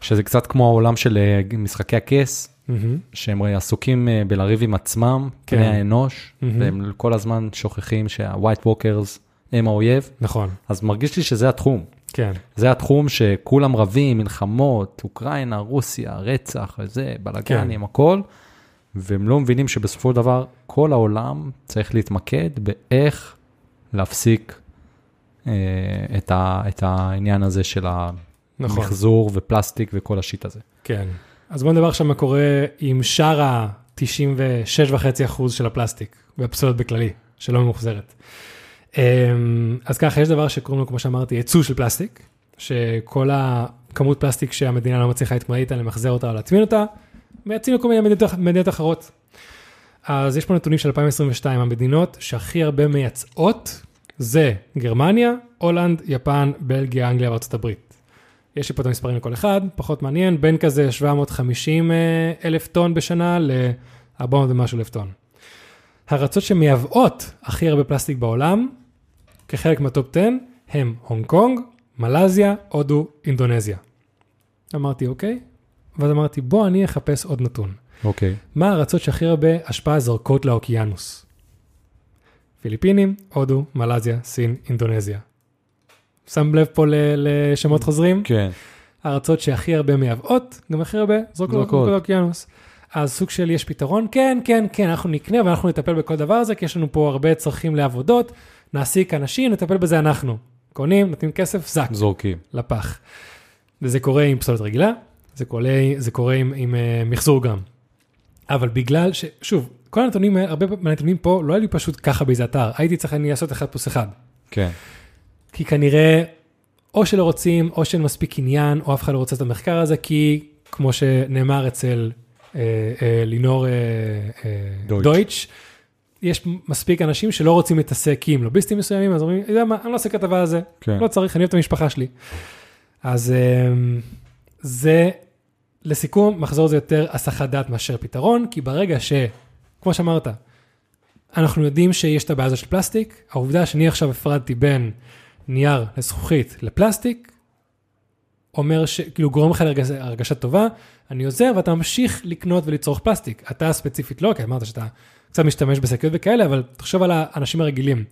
Speaker 2: שזה קצת כמו העולם של אה, משחקי הכס,
Speaker 1: מהמם.
Speaker 2: שהם עסוקים אה, בלריב עם עצמם,
Speaker 1: כן.
Speaker 2: בני האנוש,
Speaker 1: מהמם.
Speaker 2: והם כל הזמן שוכחים שהווייט ווקרס הם האויב,
Speaker 1: נכון,
Speaker 2: אז מרגיש לי שזה התחום.
Speaker 1: כן.
Speaker 2: זה התחום שכולם רבים, מלחמות, אוקראינה, רוסיה, רצח וזה, בלאגנים,
Speaker 1: כן.
Speaker 2: הכל, והם לא מבינים שבסופו של דבר כל העולם צריך להתמקד באיך להפסיק אה, את, ה, את העניין הזה של
Speaker 1: נכון.
Speaker 2: המחזור ופלסטיק וכל השיט הזה.
Speaker 1: כן. אז בוא נדבר עכשיו מה קורה עם שאר ה-96.5% של הפלסטיק, והפסולת בכללי, שלא ממוחזרת. אמ, אז ככה, יש דבר שקוראים לו, כמו שאמרתי, ייצוא של פלסטיק, שכל הכמות פלסטיק שהמדינה לא מצליחה להתמודד איתה, למחזר אותה או להטמין אותה, מייצאים לכל מיני מדינות, מדינות אחרות. אז יש פה נתונים של 2022, המדינות שהכי הרבה מייצאות זה גרמניה, הולנד, יפן, בלגיה, אנגליה וארצות הברית. יש לי פה את המספרים לכל אחד, פחות מעניין, בין כזה 750 אה, אלף טון בשנה ל-400 ומשהו אלף טון. הרצות שמייבאות הכי הרבה פלסטיק בעולם, כחלק מהטופ 10, הם הונג קונג, מלזיה, הודו, אינדונזיה. אמרתי, אוקיי? ואז אמרתי, בוא אני אחפש עוד נתון.
Speaker 2: אוקיי.
Speaker 1: מה הארצות שהכי הרבה השפעה זורקות לאוקיינוס? פיליפינים, הודו, מלזיה, סין, אינדונזיה. שם לב פה ל- לשמות חוזרים?
Speaker 2: כן.
Speaker 1: הארצות שהכי הרבה מייבאות, גם הכי הרבה זרוקות
Speaker 2: זורקות.
Speaker 1: לאוקיינוס. אז סוג של יש פתרון, כן, כן, כן, אנחנו נקנה ואנחנו נטפל בכל דבר הזה, כי יש לנו פה הרבה צרכים לעבודות, נעסיק אנשים, נטפל בזה אנחנו. קונים, נותנים כסף, זק,
Speaker 2: זורקים.
Speaker 1: לפח. וזה קורה עם פסולת רגילה, זה קורה, זה קורה עם, עם uh, מחזור גם. אבל בגלל ש... שוב, כל הנתונים, האלה, הרבה מהנתונים פה לא היו לי פשוט ככה באיזה אתר, הייתי צריך אני לעשות אחד פלוס אחד.
Speaker 2: כן.
Speaker 1: כי כנראה או שלא רוצים, או שאין מספיק עניין, או אף אחד לא רוצה את המחקר הזה, כי כמו שנאמר אצל אה, אה, לינור אה, אה,
Speaker 2: דויטש.
Speaker 1: דויטש, יש מספיק אנשים שלא רוצים להתעסק עם לוביסטים מסוימים, אז אומרים, אתה יודע מה, אני לא עושה כתבה על זה,
Speaker 2: כן.
Speaker 1: לא צריך, אני אוהב את המשפחה שלי. אז אה, זה, לסיכום, מחזור זה יותר הסחת דעת מאשר פתרון, כי ברגע ש, כמו שאמרת, אנחנו יודעים שיש את הבעיה הזו של פלסטיק, העובדה שאני עכשיו הפרדתי בין נייר לזכוכית לפלסטיק, אומר ש... כאילו גורם לך להרגש- הרגשה טובה, אני עוזר ואתה ממשיך לקנות ולצרוך פלסטיק. אתה ספציפית לא, כי אמרת שאתה קצת משתמש בשקיות וכאלה, אבל תחשוב על האנשים הרגילים.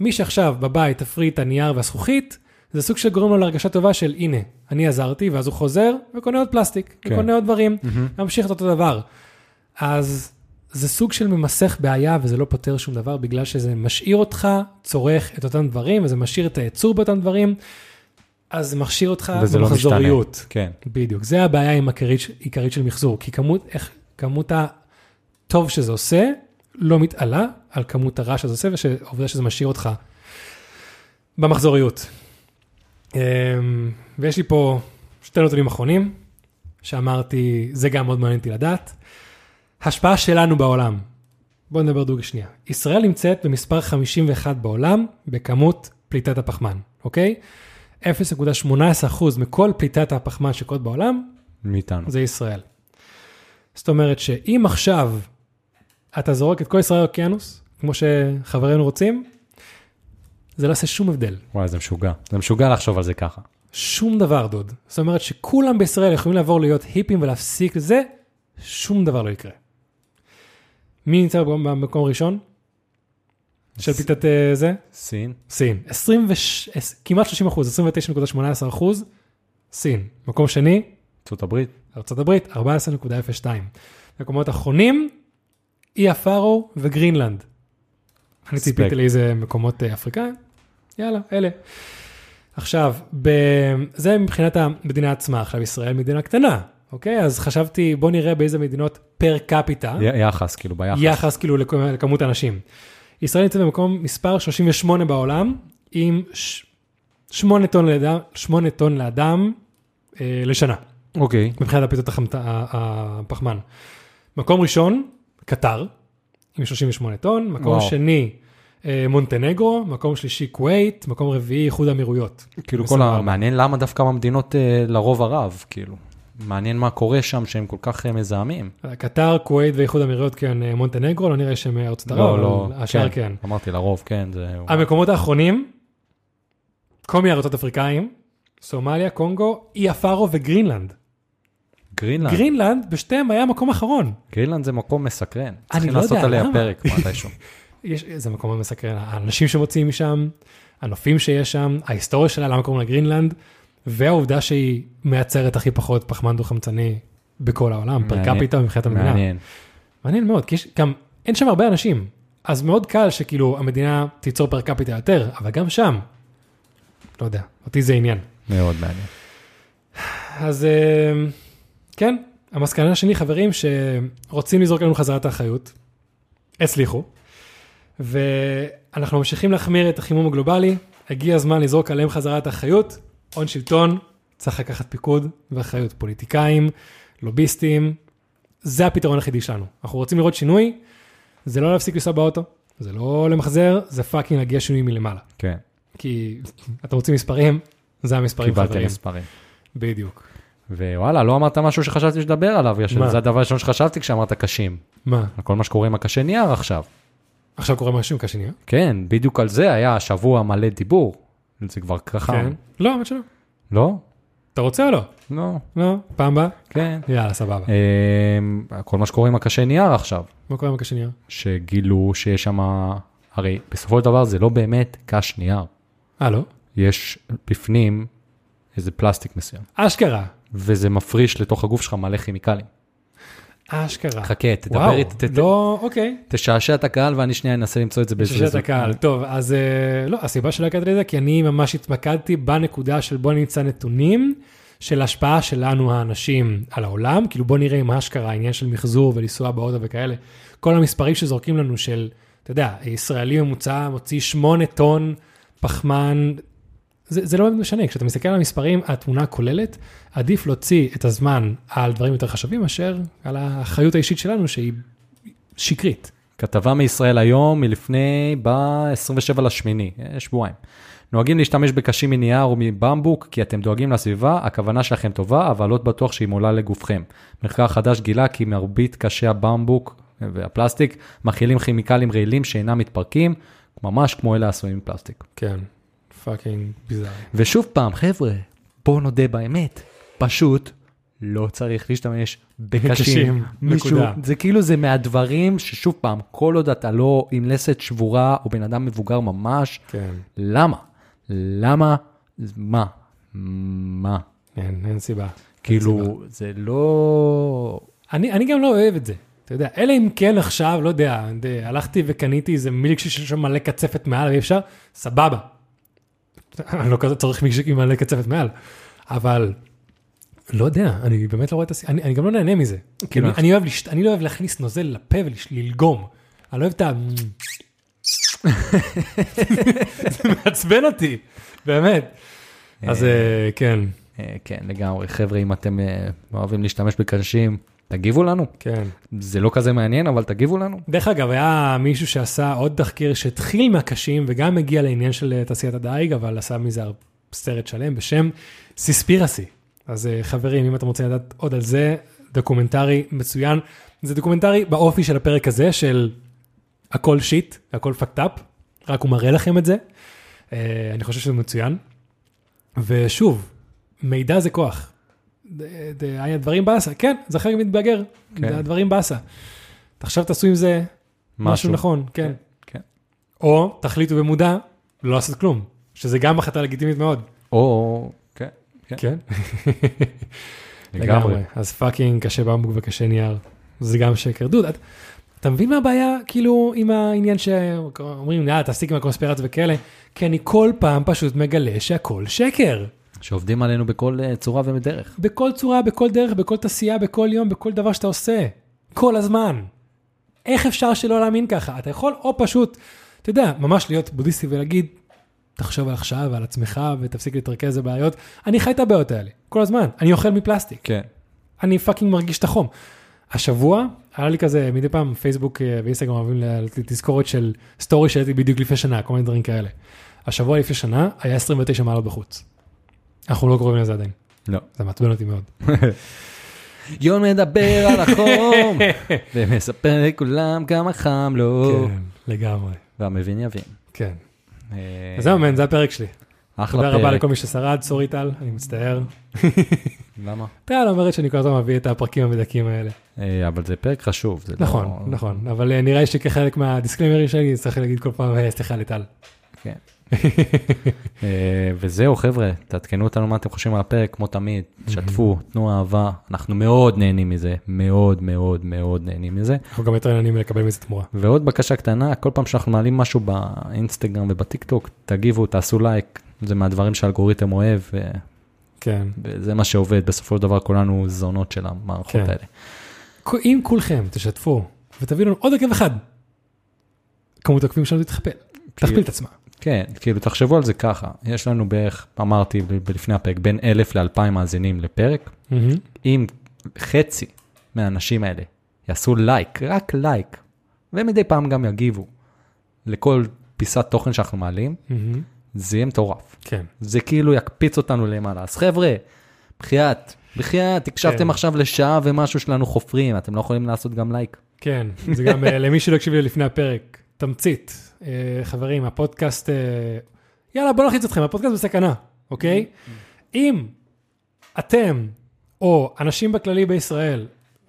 Speaker 1: מי שעכשיו בבית תפריד את הנייר והזכוכית, זה סוג של גורם לו להרגשה טובה של הנה, אני עזרתי, ואז הוא חוזר וקונה עוד פלסטיק,
Speaker 2: כן.
Speaker 1: וקונה עוד דברים, ממשיך את אותו דבר. אז זה סוג של ממסך בעיה וזה לא פותר שום דבר בגלל שזה משאיר אותך, צורך את אותם דברים וזה משאיר את הייצור באותם דברים, אז זה מכשיר אותך
Speaker 2: וזה לא משתנה.
Speaker 1: במחזוריות.
Speaker 2: כן.
Speaker 1: בדיוק, זה הבעיה עם עיקרית, עיקרית של מחזור, כי כמות, איך, כמות הטוב שזה עושה לא מתעלה על כמות הרע שזה עושה והעובדה שזה משאיר אותך במחזוריות. אמ, ויש לי פה שתי נתונים אחרונים, שאמרתי, זה גם מאוד מעניין אותי לדעת. השפעה שלנו בעולם. בואו נדבר דוגי שנייה. ישראל נמצאת במספר 51 בעולם בכמות פליטת הפחמן, אוקיי? 0.18% מכל פליטת הפחמן שקורות בעולם
Speaker 2: מאיתנו.
Speaker 1: זה ישראל. זאת אומרת שאם עכשיו אתה זורק את כל ישראל לאוקיינוס, כמו שחברינו רוצים, זה לא יעשה שום הבדל.
Speaker 2: וואי, זה משוגע. זה משוגע לחשוב על זה ככה.
Speaker 1: שום דבר, דוד. זאת אומרת שכולם בישראל יכולים לעבור להיות היפים ולהפסיק את זה, שום דבר לא יקרה. מי נמצא במקום- במקום הראשון? של
Speaker 2: ס-
Speaker 1: פליטת אה, זה?
Speaker 2: סין?
Speaker 1: סין. 20 וש... עש- כמעט 30 אחוז, 29.18 אחוז, סין. מקום שני,
Speaker 2: ארצות הברית?
Speaker 1: ארה"ב, 14.02. מקומות אחרונים, אי הפארו וגרינלנד. אני
Speaker 2: הספק.
Speaker 1: ציפיתי לאיזה מקומות אה, אפריקאים, יאללה, אלה. עכשיו, ב... זה מבחינת המדינה עצמה, עכשיו ישראל מדינה קטנה, אוקיי? אז חשבתי, בוא נראה באיזה מדינות פר קפיטה,
Speaker 2: י- יחס, כאילו ביחס.
Speaker 1: יחס כאילו לכ- לכמות האנשים. ישראל נמצאת במקום מספר 38 בעולם, עם 8 טון לאדם, 8 טון לאדם אה, לשנה.
Speaker 2: אוקיי.
Speaker 1: מבחינת הפליטות החמת... ה- הפחמן. מקום ראשון, קטר, עם 38 טון, מקום
Speaker 2: וואו.
Speaker 1: וואו. שני, אה, מונטנגרו, מקום שלישי כווית, מקום רביעי איחוד האמירויות.
Speaker 2: כאילו כל
Speaker 1: בסבבה.
Speaker 2: ה... מעניין למה דווקא במדינות אה, לרוב ערב, כאילו. מעניין מה קורה שם שהם כל כך אה, מזהמים.
Speaker 1: קטר, כווית ואיחוד האמירויות כן אה, מונטנגרו, לא נראה שהם ארצות ערב, אבל השאר כן.
Speaker 2: לא,
Speaker 1: אה,
Speaker 2: אמרתי לרוב, כן, זה...
Speaker 1: המקומות האחרונים, כל מיני ארצות אפריקאים, סומליה, קונגו, אי אפרו וגרינלנד. אה.
Speaker 2: גרינלנד.
Speaker 1: גרינלנד בשתיהם היה מקום אחרון.
Speaker 2: גרינלנד זה מקום מסקרן.
Speaker 1: לא
Speaker 2: צריכים
Speaker 1: יודע
Speaker 2: לעשות עליה
Speaker 1: למה.
Speaker 2: פרק מתישהו.
Speaker 1: יש, זה מקום מסקרן, האנשים שמוציאים משם, הנופים שיש שם, ההיסטוריה שלה, למה קוראים לה גרינלנד, והעובדה שהיא מייצרת הכי פחות פחמן דו-חמצני בכל העולם, פר
Speaker 2: מעניין.
Speaker 1: קפיטה מבחינת המדינה. מעניין.
Speaker 2: מעניין.
Speaker 1: מעניין מאוד, כי יש גם, אין שם הרבה אנשים, אז מאוד קל שכאילו המדינה תיצור פר קפיטה יותר, אבל גם שם, לא יודע, אותי זה עניין.
Speaker 2: מאוד מעניין.
Speaker 1: אז אה, כן, המסקנה שלי, חברים, שרוצים לזרוק עלינו חזרה את האחריות, הצליחו, ואנחנו ממשיכים להחמיר את החימום הגלובלי, הגיע הזמן לזרוק עליהם חזרה את האחריות, הון שלטון, צריך לקחת פיקוד ואחריות, פוליטיקאים, לוביסטים, זה הפתרון היחידי שלנו. אנחנו רוצים לראות שינוי, זה לא להפסיק לנסוע באוטו, זה לא למחזר, זה פאקינג להגיע שינוי מלמעלה.
Speaker 2: כן,
Speaker 1: כי אתם רוצים מספרים, זה המספרים,
Speaker 2: קיבלתי
Speaker 1: חברים.
Speaker 2: מספרים.
Speaker 1: בדיוק.
Speaker 2: ווואלה, לא אמרת משהו שחשבתי שתדבר עליו,
Speaker 1: מה?
Speaker 2: ישר. זה הדבר הראשון שחשבתי כשאמרת קשים.
Speaker 1: מה?
Speaker 2: על כל מה שקורה עם הקשה נייר עכשיו.
Speaker 1: עכשיו קורה משהו עם קשה נייר?
Speaker 2: כן, בדיוק על זה היה השבוע מלא דיבור. זה כבר
Speaker 1: כן.
Speaker 2: ככה.
Speaker 1: לא, האמת שלא.
Speaker 2: לא?
Speaker 1: אתה רוצה או לא?
Speaker 2: לא.
Speaker 1: לא. פעם הבאה?
Speaker 2: כן.
Speaker 1: יאללה, סבבה.
Speaker 2: אמ, כל מה שקורה עם הקשה נייר עכשיו,
Speaker 1: מה קורה עם הקשה נייר?
Speaker 2: שגילו שיש שם, הרי בסופו של דבר זה לא באמת קש נייר,
Speaker 1: אה, לא?
Speaker 2: יש בפנים איזה פלסטיק מסוים,
Speaker 1: אשכרה.
Speaker 2: וזה מפריש לתוך הגוף שלך מלא כימיקלים.
Speaker 1: אשכרה.
Speaker 2: חכה, תדבר
Speaker 1: וואו,
Speaker 2: איתי, ת- ת-
Speaker 1: לא, אוקיי.
Speaker 2: תשעשע את הקהל ואני שנייה אנסה למצוא את זה באיזה...
Speaker 1: ששת הקהל. טוב, אז אה, לא, הסיבה שלא הכרתי לזה, כי אני ממש התמקדתי בנקודה של בוא נמצא נתונים של השפעה שלנו האנשים על העולם, כאילו בוא נראה אם אשכרה, העניין של מחזור ולנסוע באוטו וכאלה. כל המספרים שזורקים לנו של, אתה יודע, ישראלי ממוצע מוציא 8 טון פחמן זה, זה לא באמת משנה, כשאתה מסתכל על המספרים, התמונה הכוללת, עדיף להוציא את הזמן על דברים יותר חשובים, מאשר על האחריות האישית שלנו שהיא שקרית.
Speaker 2: כתבה מישראל היום מלפני, ב-27 לשמיני, אה, שבועיים. נוהגים להשתמש בקשים מנייר ומבמבוק כי אתם דואגים לסביבה, הכוונה שלכם טובה, אבל לא בטוח שהיא מועילה לגופכם. מחקר חדש גילה כי מרבית קשי הבמבוק והפלסטיק מכילים כימיקלים רעילים שאינם מתפרקים, ממש כמו אלה עשויים מפלסטיק.
Speaker 1: כן, פאקינג ביזארי.
Speaker 2: ושוב פעם, חבר'ה, בואו נודה באמת, פשוט לא צריך להשתמש
Speaker 1: בקשים,
Speaker 2: בקשים. מישהו,
Speaker 1: נקודה.
Speaker 2: זה כאילו זה מהדברים ששוב פעם, כל עוד אתה לא עם לסת שבורה או בן אדם מבוגר ממש,
Speaker 1: כן,
Speaker 2: למה? למה? מה? מה?
Speaker 1: אין, אין סיבה.
Speaker 2: כאילו, זה לא...
Speaker 1: אני, אני גם לא אוהב את זה, אתה יודע, אלא אם כן עכשיו, לא יודע, ד- הלכתי וקניתי איזה מילקשיק שיש שם מלא קצפת מעל ואי אפשר, סבבה. אני לא כזה צריך מילקשיק עם מלא קצפת מעל, אבל לא יודע, אני באמת לא רואה את הס... אני, אני גם לא נהנה מזה.
Speaker 2: כאילו,
Speaker 1: אני, אני, אוהב לשת... אני לא אוהב להכניס נוזל לפה וללגום, אני לא אוהב את ה... זה מעצבן אותי, באמת. אז אה, כן,
Speaker 2: אה, כן, לגמרי. חבר'ה, אם אתם אה, אוהבים להשתמש בקשים, תגיבו לנו.
Speaker 1: כן.
Speaker 2: זה לא כזה מעניין, אבל תגיבו לנו.
Speaker 1: דרך אגב, היה מישהו שעשה עוד תחקיר שהתחיל מהקשים וגם הגיע לעניין של אה, תעשיית הדייג, אבל עשה מזה הר- סרט שלם בשם סיספירסי. אז אה, חברים, אם אתם רוצים לדעת עוד על זה, דוקומנטרי מצוין. זה דוקומנטרי באופי של הפרק הזה, של הכל שיט, הכל fucked up, רק הוא מראה לכם את זה. אה, אני חושב שזה מצוין. ושוב, מידע זה כוח. ד- ד- היה דברים באסה, כן, זה חלק מתבגר,
Speaker 2: כן.
Speaker 1: זה הדברים באסה. עכשיו תעשו עם זה משהו נכון, כן.
Speaker 2: כן.
Speaker 1: או תחליטו במודע לא לעשות כלום, שזה גם החלטה לגיטימית מאוד.
Speaker 2: או... כן.
Speaker 1: כן,
Speaker 2: לגמרי.
Speaker 1: לגמרי. אז פאקינג קשה במבוק וקשה נייר, זה גם שקר. דוד, את- אתה מבין מה הבעיה, כאילו, עם העניין שאומרים, יאללה, תפסיק עם הקונספירציה וכאלה? כי אני כל פעם פשוט מגלה שהכל שקר.
Speaker 2: שעובדים עלינו בכל אה, צורה ודרך.
Speaker 1: בכל צורה, בכל דרך, בכל תעשייה, בכל יום, בכל דבר שאתה עושה. כל הזמן. איך אפשר שלא להאמין ככה? אתה יכול או פשוט, אתה יודע, ממש להיות בודהיסטי ולהגיד, תחשוב על עכשיו ועל עצמך ותפסיק להתרכז בבעיות. אני חי את הבעיות האלה, כל הזמן. אני אוכל מפלסטיק,
Speaker 2: כן.
Speaker 1: אני פאקינג מרגיש את החום. השבוע היה לי כזה מדי פעם פייסבוק אה, ואינסטגרם אוהבים לתת לי תזכורת של סטורי שהייתי בדיוק לפני שנה, כל מיני דברים כאלה. השבוע לפני שנה היה 29 מעלות בחוץ. אנחנו לא קרובים לזה עדיין,
Speaker 2: לא.
Speaker 1: זה מעצבן אותי מאוד.
Speaker 2: יון מדבר על החום, ומספר לכולם כמה חם לו.
Speaker 1: כן, לגמרי,
Speaker 2: והמבין יבין.
Speaker 1: כן.
Speaker 2: אה,
Speaker 1: אז זהו מן, זה הפרק שלי.
Speaker 2: אחלה
Speaker 1: תודה רבה
Speaker 2: פרק.
Speaker 1: לכל מי ששרד, סורי טל, אני מצטער.
Speaker 2: למה?
Speaker 1: טל אומרת שאני כל הזמן מביא את הפרקים המדכאים האלה.
Speaker 2: אה, אבל זה פרק חשוב. זה לא-
Speaker 1: נכון, נכון, אבל אה, נראה לי שכחלק מהדיסקלמר שלי, צריך להגיד כל פעם, "אה, סליחה לטל.
Speaker 2: כן. אה, וזהו חבר'ה, תעדכנו אותנו מה אתם חושבים על הפרק, כמו תמיד, שתפו, תנו אהבה, אנחנו מאוד נהנים מזה, מאוד מאוד מאוד נהנים מזה.
Speaker 1: אנחנו גם יותר עניינים לקבל מזה תמורה.
Speaker 2: ועוד בקשה קטנה, כל פעם שאנחנו מעלים משהו באינסטגרם ובטיקטוק, תגיבו, תעשו לייק, זה מהדברים שהאלגוריתם אוהב, אה, ו-
Speaker 1: כן.
Speaker 2: וזה מה שעובד, בסופו של דבר כולנו זונות של המערכות
Speaker 1: כן.
Speaker 2: האלה.
Speaker 1: כו- אם כולכם תשתפו ותביאו לנו עוד עקב אחד, כמות העקבים שלנו תתכפל, תכפיל את עצמה.
Speaker 2: כן, כאילו תחשבו על זה ככה, יש לנו בערך, אמרתי ב- לפני הפרק, בין אלף לאלפיים מאזינים לפרק, אם חצי מהאנשים האלה יעשו לייק, רק לייק, ומדי פעם גם יגיבו לכל פיסת תוכן שאנחנו מעלים, זה יהיה מטורף.
Speaker 1: כן.
Speaker 2: זה כאילו יקפיץ אותנו למעלה. אז חבר'ה, בחייאת, בחייאת,
Speaker 1: כן.
Speaker 2: הקשבתם עכשיו לשעה ומשהו שלנו חופרים, אתם לא יכולים לעשות גם לייק.
Speaker 1: כן, זה גם אה, למי שלא הקשיב לי לפני הפרק, תמצית. אה, חברים, הפודקאסט, אה, יאללה, בוא נלחיץ אתכם, הפודקאסט בסכנה, אוקיי? אם אתם, או אנשים בכללי בישראל,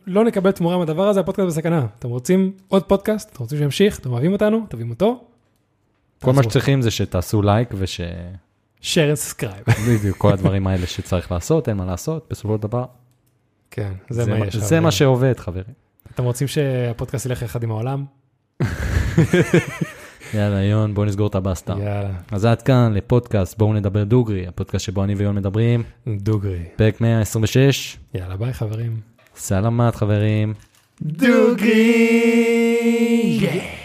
Speaker 1: לא נקבל תמורה מהדבר הזה, הפודקאסט בסכנה. אתם רוצים עוד פודקאסט? אתם רוצים שימשיך? אתם אוהבים אותנו? תביאו אותו?
Speaker 2: כל מה
Speaker 1: תעזרו.
Speaker 2: שצריכים זה שתעשו לייק וש...
Speaker 1: share and subscribe.
Speaker 2: בדיוק, כל הדברים האלה שצריך לעשות, אין מה לעשות, בסופו של דבר.
Speaker 1: כן, זה מה יש.
Speaker 2: זה מה שעובד, חברים.
Speaker 1: אתם רוצים שהפודקאסט ילך יחד עם העולם?
Speaker 2: יאללה, יון, בוא נסגור את הבאסטה.
Speaker 1: יאללה,
Speaker 2: אז עד כאן לפודקאסט בואו נדבר דוגרי, הפודקאסט שבו אני ויון מדברים,
Speaker 1: דוגרי.
Speaker 2: פרק 126,
Speaker 1: יאללה, ביי חברים.
Speaker 2: סלמת חברים.
Speaker 1: דוגרי! Yeah.